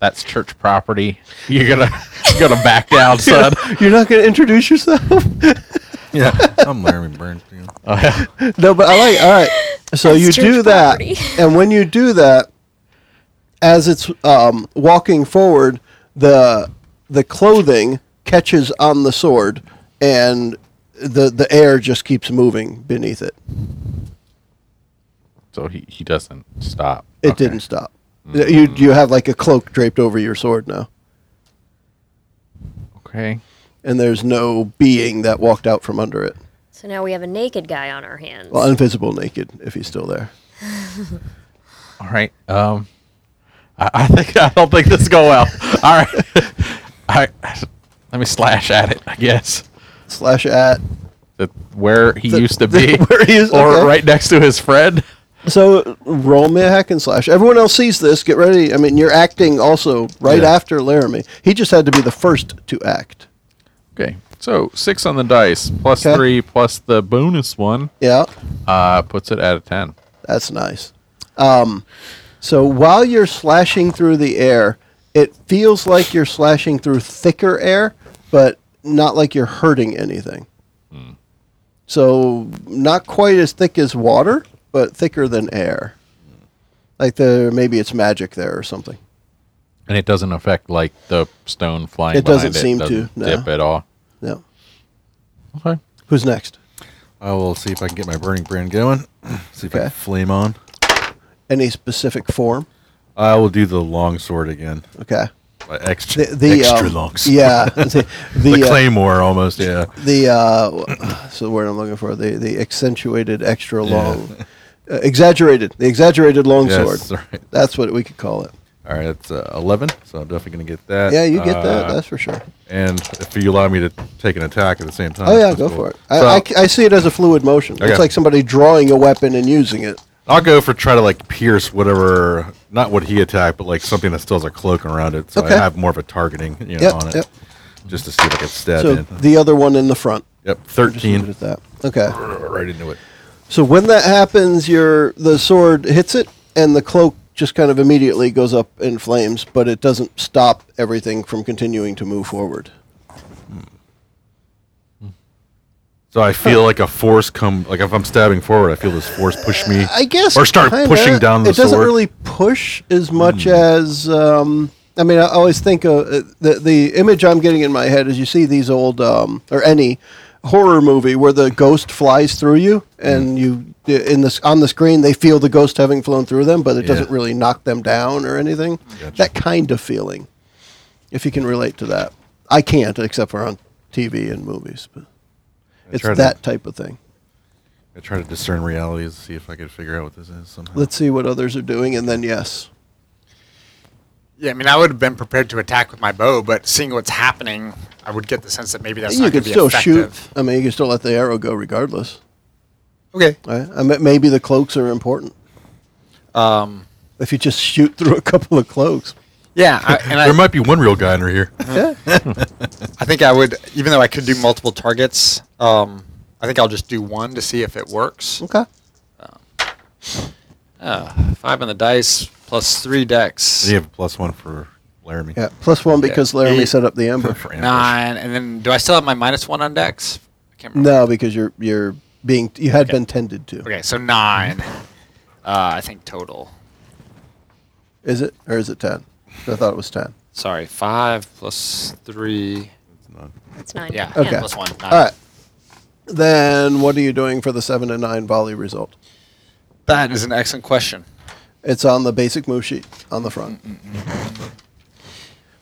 "That's church property. You're gonna, you're gonna back down, son."
You're not going to introduce yourself?
Yeah, I'm Laramie Bernstein.
no, but I like. All right. So
That's
you
church
do that,
property.
and when you do that, as it's um, walking forward, the the clothing catches on the sword, and the the air just keeps moving beneath it.
so he, he doesn't stop.
It
Okay. Mm.
didn't stop. You you have like a cloak draped over your sword now,
Okay.
and there's no being that walked out from under it.
So now we have a naked guy on our hands.
Well, invisible naked, if he's still there.
All right. Um, I, I think I don't think this will go well. All right. All right. Let me slash at it. I guess
Slash at.
that where he
The-
used to
the-
be,
where he is-
or
okay.
right next to his friend.
So roll me a hack and slash. Everyone else sees this. Get ready. I mean, you're acting also right
Yeah.
after Laramie. He just had to be the first to act.
Okay. So six on the dice, plus
Okay.
three, plus the bonus one,
Yeah,
uh, puts it at a ten.
that's nice. Um, so while you're slashing through the air, it feels like you're slashing through thicker air, but not like you're hurting anything. So not quite as thick as water, but thicker than air. Like the maybe it's magic there or something.
And it doesn't affect like the stone flying.
It doesn't
behind
seem
it. doesn't
to, no.
dip at all.
No.
Okay.
Who's next?
I will see if I can get my burning brand going. See if
Okay.
I can flame on.
Any specific form?
I will do the long sword again.
Okay.
Uh, Extra,
The, the
extra
um,
long sword.
Yeah. The, the,
The
uh,
claymore almost, yeah.
the uh, w- so the word I'm looking for the the accentuated extra long, uh, exaggerated the exaggerated long
Yes,
sword.
right.
That's what we could call it.
All right, it's uh, 11, so I'm definitely going to get that.
Yeah, you get that.
Uh,
That's for sure.
And if you allow me to take an attack at the same time.
Oh yeah,
that's
go
cool.
for it. I,
So,
I c- I see it as a fluid motion.
Okay.
It's like somebody drawing a weapon and using it.
I'll go for try to like pierce whatever, not what he attacked, but like something that still has a cloak around it, so
Okay.
I have more of a targeting, you know,
Yep,
on it,
yep.
just to see if I can stab
So
in.
the other one in the front.
yep,
Just leave it
13,
at that. Okay.
right into it.
So when that happens, your the sword hits it, and the cloak just kind of immediately goes up in flames, but it doesn't stop everything from continuing to move forward.
So I feel like a force come, like if I'm stabbing forward, I feel this force push me.
I guess,
Or start
kinda.
pushing down the
It doesn't
sword. Hmm.
really push as much as. Um, I mean, I always think of uh, the the image I'm getting in my head is you see these old um, or any horror movie where the ghost flies through you,
Hmm.
and you uh, in this on the screen they feel the ghost having flown through them, but it
Yeah.
doesn't really knock them down or anything.
Gotcha.
That kind of feeling, if you can relate to that, I can't except for on TV and movies, but it's
tried to-
that type of thing.
I try to discern realities, see if I could figure out what this is somehow.
Let's see what others are doing, and then yes.
Yeah, I mean, I would have been prepared to attack with my bow, but seeing what's happening, I would get the sense that maybe that's
you
not going
could
to be
still
effective.
shoot. I mean, you can still let the arrow go regardless.
Okay.
Right? I mean, maybe the cloaks are important.
Um,
If you just shoot through a couple of cloaks,
yeah, I, and
there
I,
might be one real guy under here.
yeah,
I think I would, even though I could do multiple targets, um, I think I'll just do one to see if it works.
okay.
Uh, five on the dice, plus three decks,
You have a plus one for Laramie.
Yeah, plus one because Laramie
Eight.
set up the amber.
For ambush.
nine, and then do I still have my minus one on decks? I can't remember.
No, because you're you're being you had been tended to.
Okay, so nine, uh, I think total.
Is it or is it ten? I thought it was ten.
Sorry, five plus three.
It's not-
It's nine.
Yeah,
Okay.
plus one. Nine.
All right. Then what are you doing for the seven and nine volley result?
That is an excellent question.
It's on the basic move sheet on the front.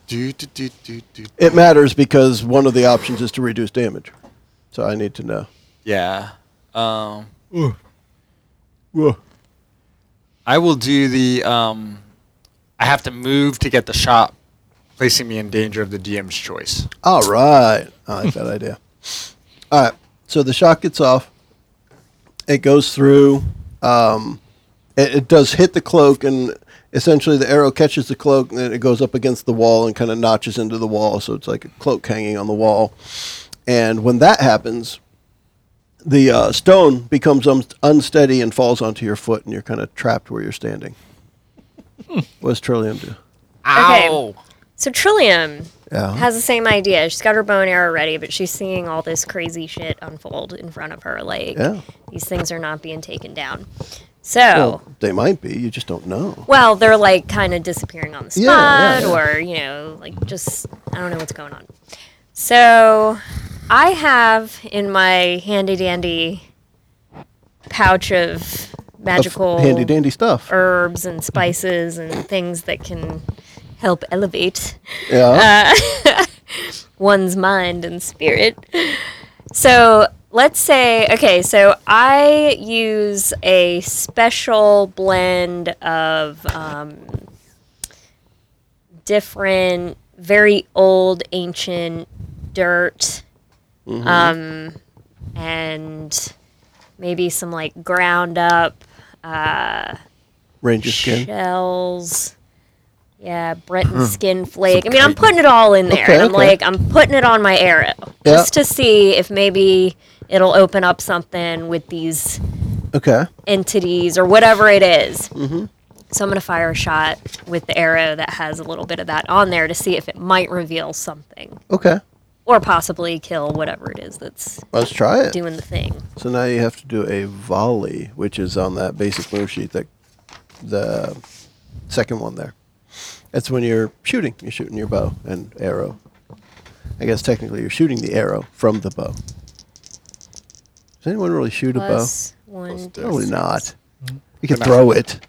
Do, do, do, do, do.
It matters because one of the options is to reduce damage. So I need to know.
Yeah. Um, I will do the. Um, I have to move to get the shot, placing me in danger of the DM's choice.
All right. I like that idea. All right. So the shot gets off. It goes through. Um, it, it does hit the cloak, and essentially the arrow catches the cloak, and then it goes up against the wall and kind of notches into the wall. So it's like a cloak hanging on the wall. And when that happens, the uh, stone becomes un- unsteady and falls onto your foot, and you're kind of trapped where you're standing. what does Trillium do?
Okay. So Trillium
Yeah.
has the same idea. She's got her bow and arrow ready, but she's seeing all this crazy shit unfold in front of her. Like
Yeah.
these things are not being taken down. So,
Well, they might be. You just don't know.
well, they're like kind of disappearing on the spot,
Yeah, yeah, yeah.
or you know, like just I don't know what's going on. So, I have in my handy dandy pouch of magical
Handy dandy stuff.
herbs and spices and things that can help elevate uh,
yeah.
one's mind and spirit. So let's say, okay, so I use a special blend of um, different, very old, ancient dirt, um, and maybe some like ground up
Ranger skin.
shells. Yeah, Breton skin flake. I mean, I'm putting it all in there.
Okay,
and I'm
okay.
like, I'm putting it on my arrow just to see if maybe it'll open up something with these
Okay.
entities or whatever it Mm-hmm. So I'm gonna fire a shot with the arrow that has a little bit of that on there to see if it might reveal something
Okay.
or possibly kill whatever it is that's
Let's try it.
doing the thing.
So now you have to do a volley, which is on that basic move sheet, that the second one there. That's when you're shooting. You're shooting your bow and arrow. I guess technically you're shooting the arrow from the bow. Does anyone really shoot
Plus
a
one,
bow? Probably not.
Mm-hmm.
You can throw it.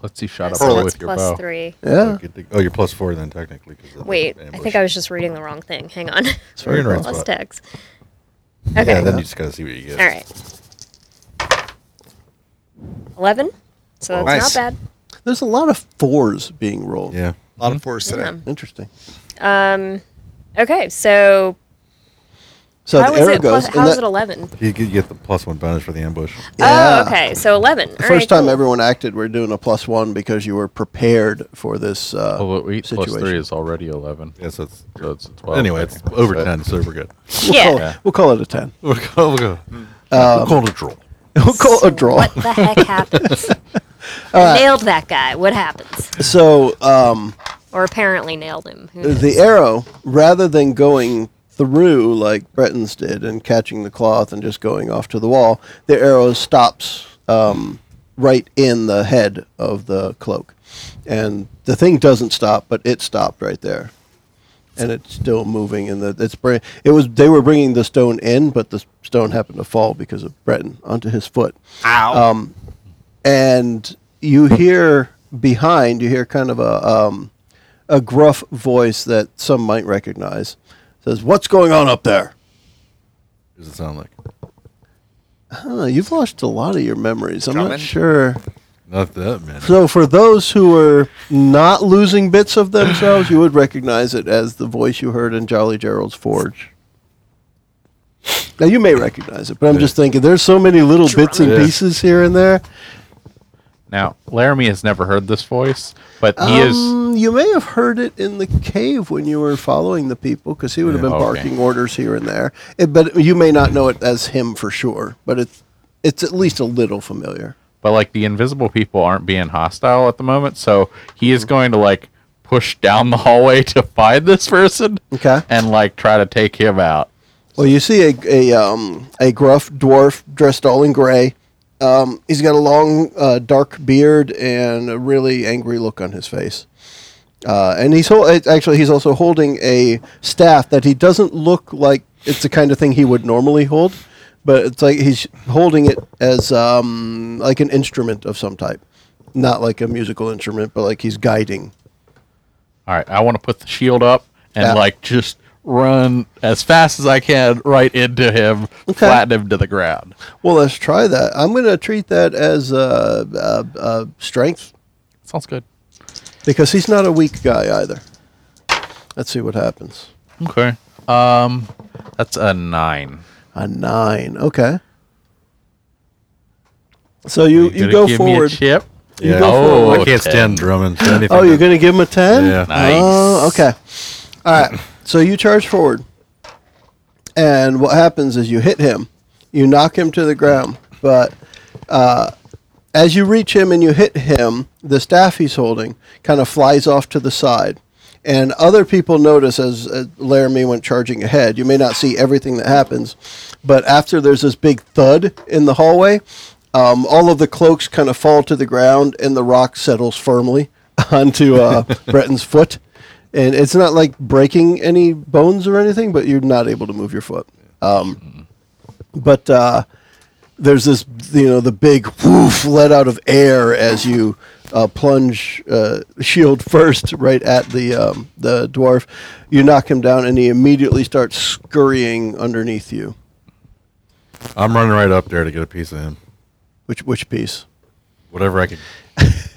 Let's see, shot up
plus
roll
six,
with your
plus
bow.
three.
Yeah.
Good to- Oh, you're plus four then technically. 'cause of the
Wait, I
ambush.
think I was just reading the wrong thing. Hang on.
You're in the right
Plus
spot.
tags.
Yeah,
Okay.
then you just gotta see what you get.
All right. Eleven. So that's
Nice.
not
There's a lot of fours being rolled.
Yeah.
A lot of force today.
Mm-hmm.
Interesting.
bad. Um. Okay. So
So
how
the
is
arrow
it?
goes.
Plus,
and
how is
that-
it eleven?
You get, you get the plus one bonus for the ambush.
Yeah.
Oh, okay. So eleven.
The first time everyone acted, we're doing a plus one because you were prepared for this uh,
Oh, Well, eight
situation.
plus three is already eleven.
Yes, that's.
So it's a twelve.
anyway, it's
technically,
over
so-
ten, so we're good.
we'll,
Yeah.
call, we'll call it a ten.
We'll call, we'll go.
Um,
we'll call it a draw.
We'll call it a draw.
What the heck happens? nailed that guy. What happens?
So um,
Or apparently nailed him. Who knows?
the arrow, rather than going through like Breton's did and catching the cloth and just going off to the wall, the arrow stops um, right in the head of the cloak, and the thing doesn't stop, but it stopped right there. and it's still moving. And the it's br- it was they were bringing the stone in, but the stone happened to fall because of Breton onto his foot. Ow! Um, and you hear behind, you hear kind of a um, a gruff voice that some might recognize. Says, "What's going on up there?"
Does it sound like?
Huh, you've lost a lot of your memories. I'm not
Drummond?
sure.
Not that man.
So, for those who were not losing bits of themselves, you would recognize it as the voice you heard in Jolly Gerald's Forge. Now, you may recognize it, but I'm just thinking there's so many little bits and
Yeah.
pieces here and there.
Now, Laramie has never heard this voice, but he is.
Mm, You may have heard it in the cave when you were following the people because he would have been
okay.
barking orders here and there. It, but you may not know it as him for sure, but it's, it's at least a little familiar.
But like the invisible people aren't being hostile at the moment, so he
Mm-hmm.
is going to like push down the hallway to find this person.
Okay.
And like try to take him out.
Well, you see a a, um, a gruff dwarf dressed all in gray. Um, he's got a long, uh, dark beard and a really angry look on his face. Uh, and he's hol- uh, actually he's also holding a staff that he doesn't look like it's the kind of thing he would normally hold, but it's like he's holding it as um, like an instrument of some type, not like a musical instrument, but like he's guiding.
All right, I want to put the shield up and
Yeah.
like just run as fast as I can right into him, flatten him to the ground.
Well, let's try that. I'm going to treat that as uh, uh, uh, strength
Sounds good.
because he's not a weak guy either. Let's see what happens.
Okay. Um, that's a nine.
A nine. Okay. So you, you
Gonna
go
give
forward.
Me a chip.
You
Yeah.
go
Oh,
forward.
I can't stand Drummond. so anything
Oh, you're
that-
going to give him a 10?
Yeah.
Nice.
Oh, okay. All right. So you charge forward. And what happens is you hit him. You knock him to the ground. But uh, as you reach him and you hit him, the staff he's holding kind of flies off to the side. And other people notice as uh, Laramie went charging ahead. You may not see everything that happens. But after there's this big thud in the hallway, um, all of the cloaks kind of fall to the ground and the rock settles firmly onto uh, Breton's foot. And it's not like breaking any bones or anything, but you're not able to move your foot. Um, but uh, there's this, you know, the big woof let out of air as you uh, plunge uh, shield first right at the um, the dwarf. You knock him down, and he immediately starts scurrying underneath you.
I'm running right up there to get a piece of him.
Which which piece?
Whatever I can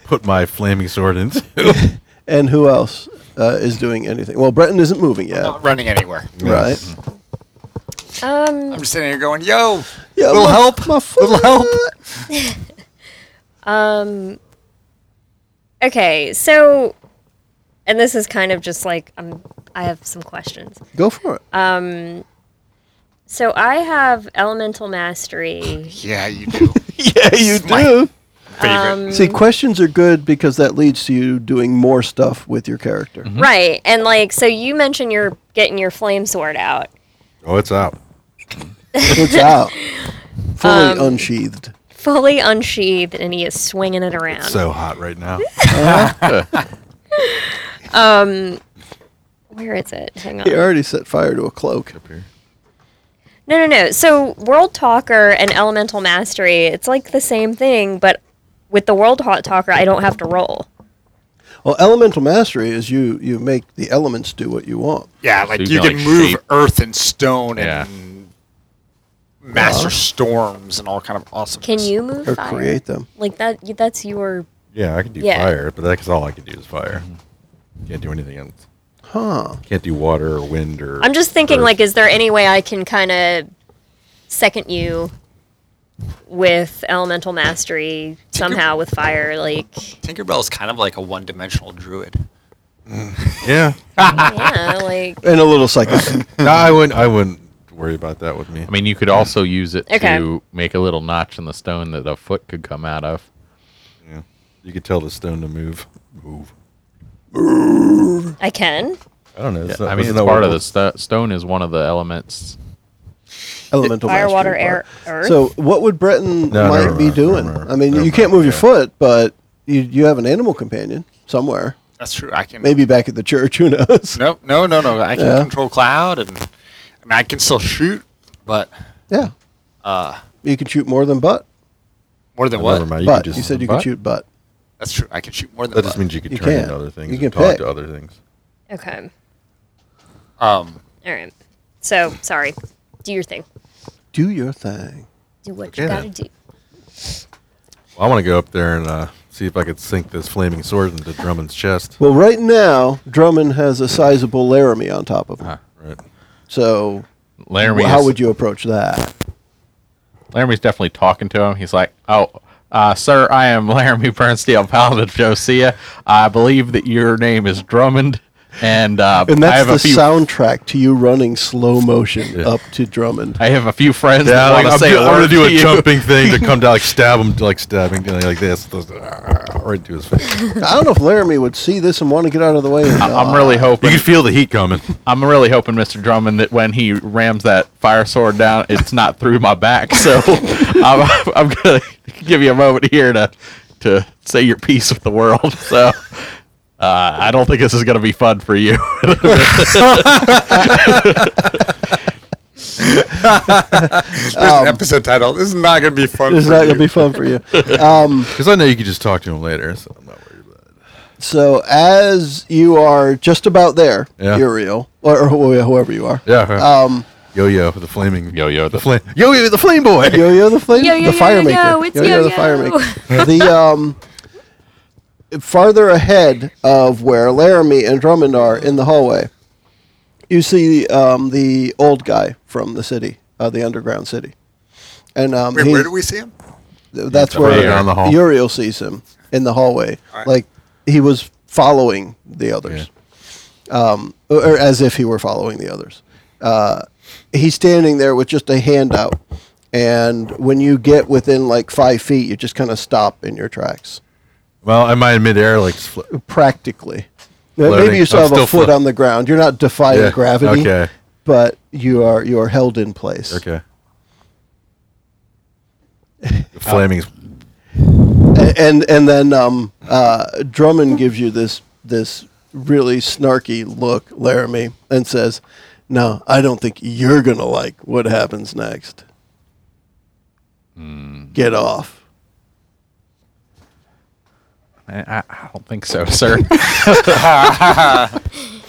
put my flaming sword into.
And who else uh, is doing anything? Well, Breton isn't moving yet,
Not Mm-hmm. running anywhere.
right?
Um,
I'm just sitting here going, yo,
Yeah,
little
my-
help,
my
little help.
okay, so, and this is kind of just like i I have some questions.
Go for it.
So I have elemental mastery.
Yeah, you do.
yeah, you do.
Um,
Favorite.
See, questions are good because that leads to you doing more stuff with your character.
Right. And like, so you mentioned you're getting your flame sword out.
oh, it's out.
It's out, fully unsheathed.
Fully unsheathed, and he is swinging it around.
So hot right now.
Where is it? Hang on.
He already set fire to a cloak.
No, no, no. So, World Talker and Elemental Mastery, it's like the same thing, but with the World Hot Talker, I don't have to roll.
Well, elemental mastery is you you make the elements do what you want.
Yeah, like
you
you
can,
can
like,
move
shape-
earth and stone
Yeah.
and master storms and all kind of awesome.
Can you move
Or
fire?
create them.
Like that y- that's your
Yeah, I can do
Yeah.
fire, but that's all I can do is fire.
Mm-hmm.
Can't do anything else.
Huh.
Can't do water or wind or.
I'm just thinking
earth.
like is there any way I can kind of second you with elemental mastery somehow with fire like
Tinkerbell's kind of like a one-dimensional druid.
yeah.
Ah.
yeah, like
And a little psychic.
no, I wouldn't. I wouldn't worry about that with me.
I mean, you could also use it
Okay.
to make a little notch in the stone that a foot could come out of.
You could tell the stone to move. Move.
I can.
I don't know.
I mean, it's part of the sto- stone is one of the elements.
elemental
Fire,
mastery.
water,
part.
air, earth.
So, what would Breton
No,
might
never
be
mind,
doing?
never mind,
I mean,
never
you can't
mind,
move your
yeah.
foot, but you you have an animal companion somewhere.
That's true. I can
Maybe back at the church. Who knows?
No, no, no, no. I can
Yeah.
control cloud, and I mean, I can still shoot, but
Yeah.
uh,
You can shoot more than butt.
more than
Oh, Never
what?
mind. You,
But
could just,
you said you
butt?
could shoot butt.
That's true. I can shoot more than
that just
what.
means you could
You
turn
can.
into other things.
You
and
can
talk
pick.
to other things.
Okay.
Um,
All right. So, sorry. Do your thing.
Do your thing.
Do what
Okay,
you got to
then.
do.
Well, I want to go up there and uh, see if I could sink this flaming sword into Drummond's chest.
Well, right now Drummond has a sizable Laramie on top of him.
Right.
So,
Laramie.
how
is-
would you approach that?
Laramie's definitely talking to him. He's like, "Oh, uh, sir, I am Laramie Bernstein, Paladin of Josia. I believe that your name is Drummond, and, uh,
And
I
that's
have
the
a few.
soundtrack to you running slow motion
Yeah.
up to Drummond.
I have a few friends that
I'm,
want to
I'm,
say
do-
a
I'm
word
gonna do
to
a
you."
jumping thing to come down, like stab him, like stabbing, like this, just, ah, right into his face. you
I don't know if Laramie would see this and want to get out of the way. Or not.
I'm really hoping.
can feel the heat coming.
I'm really hoping, Mr. Drummond, that when he rams that fire sword down, it's not through my back. So I'm, I'm gonna give you a moment here to to say your piece with the world. So uh, I don't think this is gonna be fun for you.
there's an
Um,
episode title. This is not going to be fun.
It's
for
not going to
you.
be fun for you. Um,
Because I know you could just talk to him later, so I'm not worried about it.
So as you are just about there,
Yeah.
Uriel, or, or wh- whoever you are,
Yeah. yeah.
um,
yo yo, the flaming
Yo yo, the
flame. Yo yo, the flame boy.
Yo Yo the flame,
Yo, yo,
the
yo,
fire
yo,
maker,
yo, it's
Yo-Yo the
yo-yo.
fire maker. the um, farther ahead of where Laramie and Drummond are in the hallway, you see um, the old guy from the city, uh, the underground city, and um,
Wait,
he-
where do we see him?
th- that's
Further
where
down the hall.
Uriel sees him in the hallway,
Alright.
like he was following the others, um, or, or as if he were following the others. Uh, he's standing there with just a handout, and when you get within like five feet, you just kind of stop in your tracks,
Well, am I in midair? Like, just fl-
practically. Now,
Floating.
Maybe you still
I'm
have a
still
foot
flo-
on the ground. You're not defying
Yeah,
gravity,
okay.
but you are you are held in place.
okay. The flaming. is-
A- and and then um, uh, Drummond gives you this this really snarky look, Laramie, and says, "No, I don't think you're gonna like what happens next. Get off."
I, I don't think so, sir.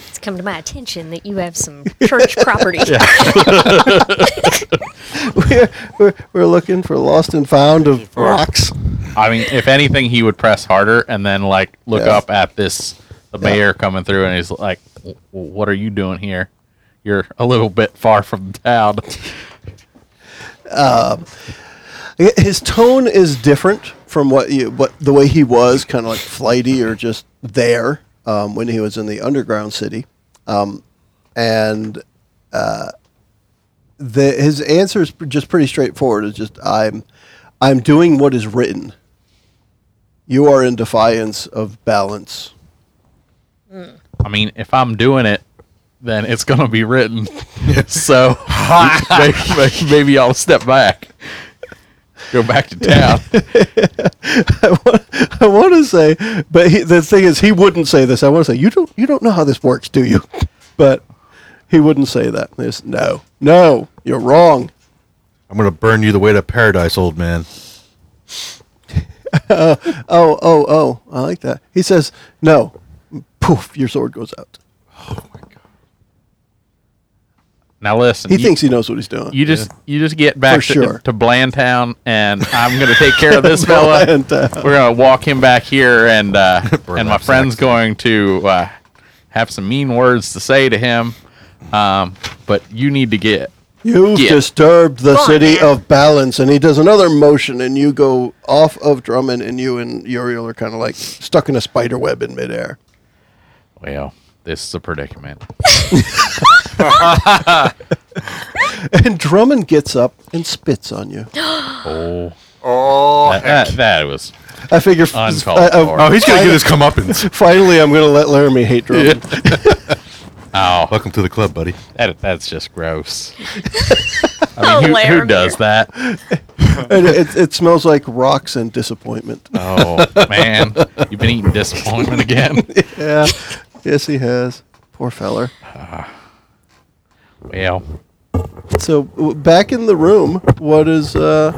It's come to my attention that you have some church property.
we're, we're, we're looking for lost and found of rocks.
I mean, if anything, he would press harder and then like look
Yeah.
up at this the mayor coming through, and he's like, "W- "What are you doing here? You're a little bit far from town."
I- His tone is different from what you, what the way he was, kind of like flighty or just there um, when he was in the underground city, um, and uh, the his answer is pr- just pretty straightforward. It's just I'm I'm doing what is written. You are in defiance of balance.
I mean, if I'm doing it, then it's gonna be written. so maybe, maybe I'll step back, go back to town.
I want to say, but he, the thing is, he wouldn't say this. I want to say, you don't, you don't know how this works, do you? But he wouldn't say that. There's no, no, you're wrong.
I'm gonna burn you the way to paradise, old man.
Oh, oh, oh, I like that. He says, no, poof, your sword goes out.
Now listen,
He
you-
thinks he knows what he's doing.
You just you just get back
For
to,
sure.
to Blandtown, and I'm gonna take care of this fella.
Blandtown.
We're gonna walk him back here, and uh,
Burn
and my
up
friend's
Saxon.
going to uh, have some mean words to say to him. Um, but you need to get
You've
Yeah.
disturbed the
Go on,
city
man.
of balance, and he does another motion, and you go off of Drummond, and you and Uriel are kind of like stuck in a spider web in midair.
well. This is a predicament.
And Drummond gets up and spits on you.
Oh,
Oh,
that, that, that was
I figure. f-
Uncalled
I- I-
for.
Oh, he's gonna get his comeuppance.
Finally, I'm going to let Laramie hate Drummond.
oh,
Welcome to the club, buddy.
that, that's just gross. I mean, who, who
Hilarious.
does that?
And it, it smells like rocks and disappointment.
Oh man, you've been eating disappointment again.
Yeah. yes, he has. Poor feller.
Well,
So w- back in the room, what is uh,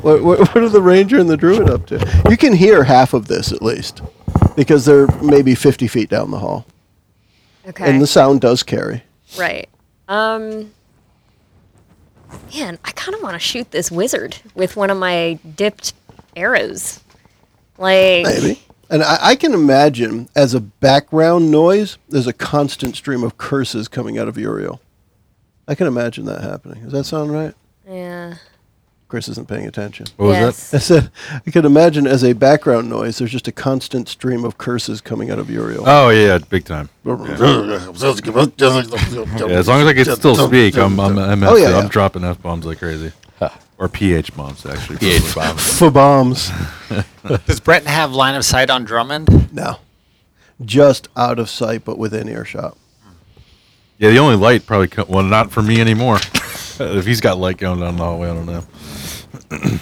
what, what, what are the ranger and the druid up to? You can hear half of this at least, because they're maybe fifty feet down the hall,
Okay.
and the sound does carry.
Right. Um. Man, I kind of want to shoot this wizard with one of my dipped arrows. Like,
Maybe. And I, I can imagine as a background noise, there's a constant stream of curses coming out of Uriel. I can imagine that happening. Does that sound right?
yeah.
Chris isn't paying attention.
What was
yes.
I said, I could imagine as a background noise, there's just a constant stream of curses coming out of Uriel.
that? Oh yeah, big time. Yeah, as long as I can still speak, I'm I'm I'm,
Oh, yeah,
I'm
yeah.
dropping f bombs like crazy, or ph bombs actually.
pH bomb.
For bombs.
does Breton have line of sight on Drummond?
No. Just out of sight, but within earshot.
Yeah, the only light probably co- well not for me anymore. if he's got light going down the hallway, I don't know.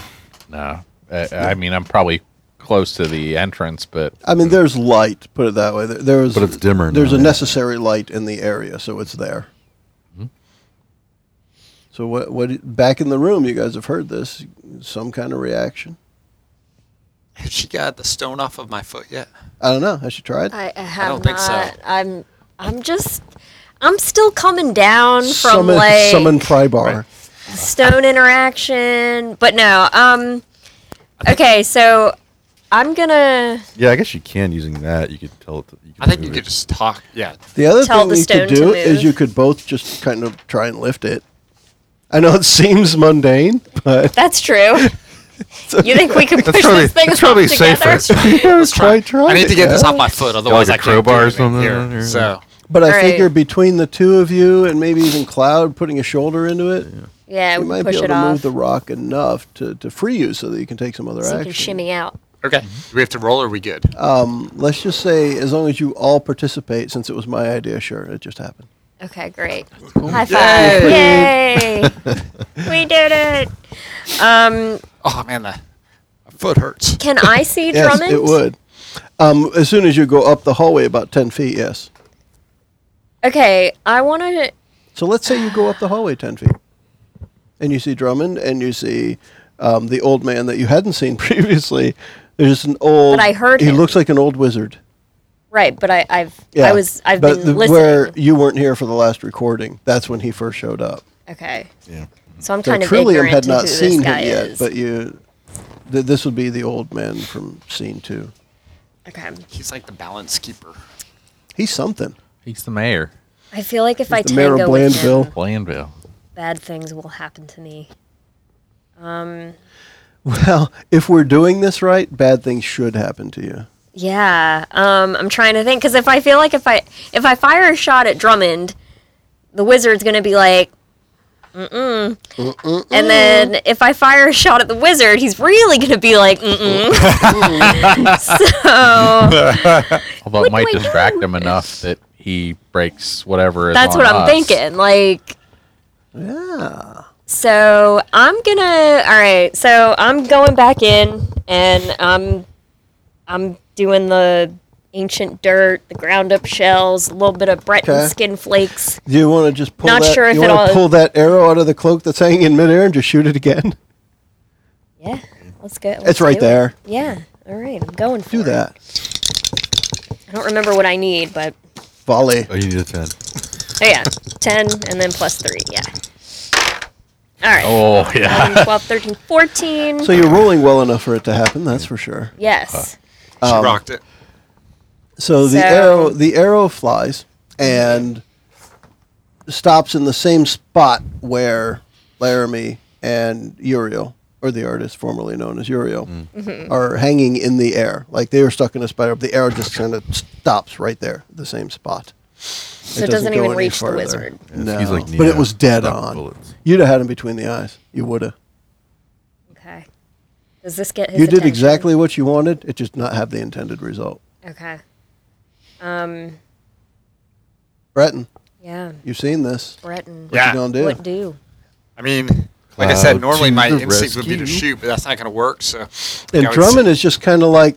No, I, I mean I'm probably close to the entrance, but
I mean, there's light, put it that way. There, there was,
But it's dimmer
There's
now,
a
yeah.
necessary light in the area, so it's there.
Hmm.
So what? What? Back in the room, you guys have heard this. Some kind of reaction.
Has she got the stone off of my foot yet?
I don't know. I should try it.
I, I have
don't think so.
not. I'm I'm just I'm still coming down from
summon,
like
summon pry bar.
stone interaction, but no. Um. Okay, so I'm gonna
Yeah, I guess you can using that. You could tell it. To,
I think you
move
could
it.
just talk. Yeah.
The other
Tell
thing
the
you could
stone to
do is
move.
you could both just kind of try and lift it. I know it seems mundane, but
That's true. you think we could push this thing
that's probably
together?
safer.
let's try, try
I need to
it,
get this
yeah.
off my foot, otherwise
like a
I can't do
crowbar or
anything
something
here,
on here.
So
But I
All right.
figure between the two of you and maybe even Cloud putting a shoulder into it,
Yeah,
you
we
might
push
be able
it
to
off.
move the rock enough to, to free you so that you can take some other
so you
action.
can shimmy out.
okay, do we have to roll? Or are we good?
Um, let's just say, as long as you all participate, since it was my idea, sure, it just happened.
Okay, great. High five! Yay! we did it. Um,
oh man, the my foot hurts.
can I see
Yes,
Drummond?
it would. Um, as soon as you go up the hallway about 10 feet, yes.
Okay, I want to.
So let's say you go up the hallway 10 feet and you see Drummond and you see um, the old man that you hadn't seen previously. There's an old.
But I heard
He
him.
looks like an old wizard.
Right, but I, I've
Yeah.
I was I've
but
been
the-
listening.
Where you weren't here for the last recording, that's when he first showed up.
okay. Yeah. So I'm
So
kind of
Trillium
ignorant
had
to who
not
this
seen
guy
him yet,
is.
but you. Th- this would be the old man from scene two.
okay.
He's like the balance keeper.
He's something.
He's the mayor,
I feel like if I
the mayor of
tango with
Blandville.
him,
Blandville.
bad things will happen to me.
Well, if we're doing this right, bad things should happen to you.
Yeah, um, I'm trying to think because if I feel like if I if I fire a shot at Drummond, the wizard's gonna be like, mm mm, and then if I fire a shot at the wizard, he's really gonna be like, mm mm. so
Although
What
it might
do I
distract
do?
him enough that he breaks whatever. Is
that's
on
what I'm
us.
thinking. Like,
Yeah.
so I'm gonna. All right, so I'm going back in, and I'm I'm doing the ancient dirt, the ground up shells, a little bit of Breton
Okay.
skin flakes.
Do you want to just pull
Not
that?
sure if
you
it
wanna
all-
pull that arrow out of the cloak that's hanging in midair and just shoot it again?
Yeah, let's go.
It's
let's
right
do it.
there.
Yeah. All right, I'm going for
Do
it.
that.
I don't remember what I need, but
Volley.
Oh, you need a ten.
oh yeah, ten and then plus three. Yeah. All right.
Oh yeah.
Um, 12, 13, 14.
So you're rolling well enough for it to happen, that's for sure.
yes.
She rocked it.
So the
So-
arrow the arrow flies and stops in the same spot where Laramie and Uriel, or the artist formerly known as Uriel,
Mm.
Mm-hmm. are hanging in the air. Like they were stuck in a spider. The arrow just kind of stops right there, the same spot.
so it doesn't,
go
even
any
reach
further.
the wizard.
No,
He's like
but
Neo,
it was dead
stop
on.
bullets.
You'd have had him between the eyes. You would have.
Okay. Does this get his?
You did
attention?
exactly what you wanted. It just not have the intended result.
Okay. Um.
Breton,
Yeah.
you've seen this.
Breton.
What
Yeah.
you gonna do?
What do?
I mean, like I said,
Cloud
normally
to
my
the
instinct would be to
rescue.
shoot, but that's not going to work. So,
And
I would
Drummond is just kind of like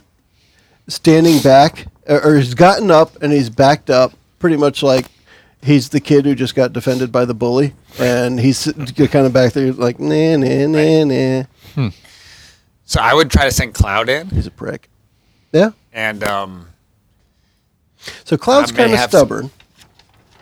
standing back, or, or he's gotten up and he's backed up, pretty much like he's the kid who just got defended by the bully, and he's kind of back there like nah nah nah nah.
so I would try to send Cloud in,
He's a prick. Yeah.
and um,
So Cloud's
I may
kind of
have some-
stubborn.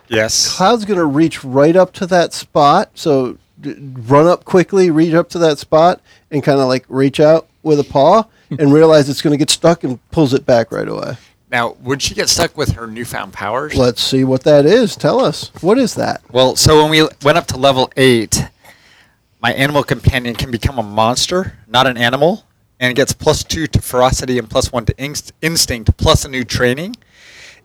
yes,
Cloud's going to reach right up to that spot. So d- run up quickly, reach up to that spot, and kind of like reach out with a paw
Hmm.
and realize it's going to get stuck and pulls it back right away.
Now, would she get stuck with her newfound powers?
Let's see what that is. Tell us. What is that?
Well, so when we went up to level eight, my animal companion can become a monster, not an animal, and gets plus two to ferocity and plus one to inst- instinct, plus a new training.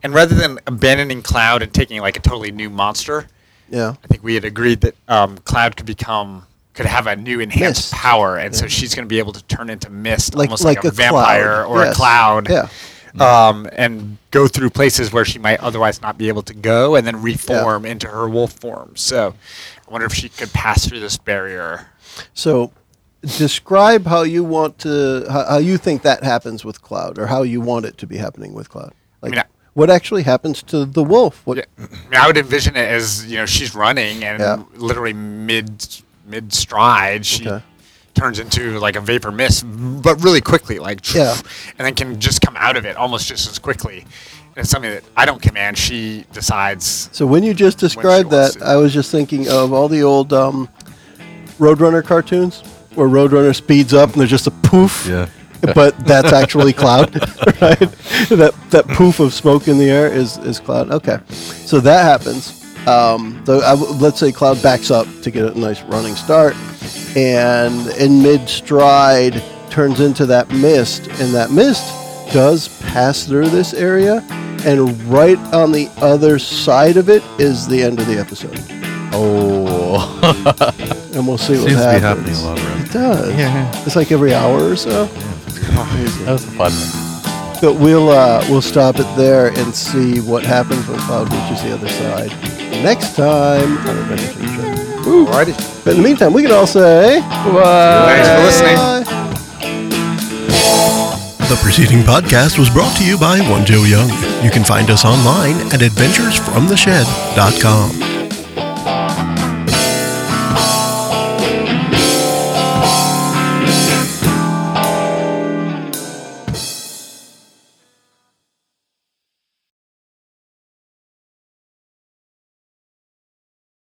And rather than abandoning Cloud and taking like a totally new monster,
Yeah.
I think we had agreed that um, Cloud could become could have a new enhanced
Mist.
power, and so she's going to be able to turn into mist,
Like,
almost like, a, vampire
cloud.
or a
Yes.
cloud
Yeah.
um, and go through places where she might otherwise not be able to go, and then reform into her wolf form. So, I wonder if she could pass through this barrier.
So describe how you want to, how, how you think that happens with Cloud or how you want it to be happening with Cloud. Like,
mean, I-
what actually happens to the wolf? What,
Yeah, I, mean, I would envision it as you know she's running and
Yeah.
literally mid mid stride she
Okay.
turns into like a vapor mist, but really quickly, like
Yeah.
and then can just come out of it almost just as quickly. And it's something that I don't command; she decides.
So when you just described
wants
that,
to.
I was just thinking of all the old um, Roadrunner cartoons where Roadrunner speeds up and there's just a poof.
Yeah.
But that's actually cloud, right? That that poof of smoke in the air is is cloud. Okay, so that happens. Um, so I w let's say cloud backs up to get a nice running start, and in mid stride turns into that mist, and that mist does pass through this area, and right on the other side of it is the end of the episode,
Oh,
and we'll see what
Seems to be
happens.
happening a lot around.
It does.
Yeah.
It's like every hour or so.
that was a fun. one.
But we'll uh, we'll stop it there and see what happens when Cloud reaches the other side next time. on Adventure Time.
Alrighty.
But in the meantime, we can all say
Thanks for listening.
bye.
The preceding podcast was brought to you by One Joe Young. You can find us online at adventuresfromtheshed.com.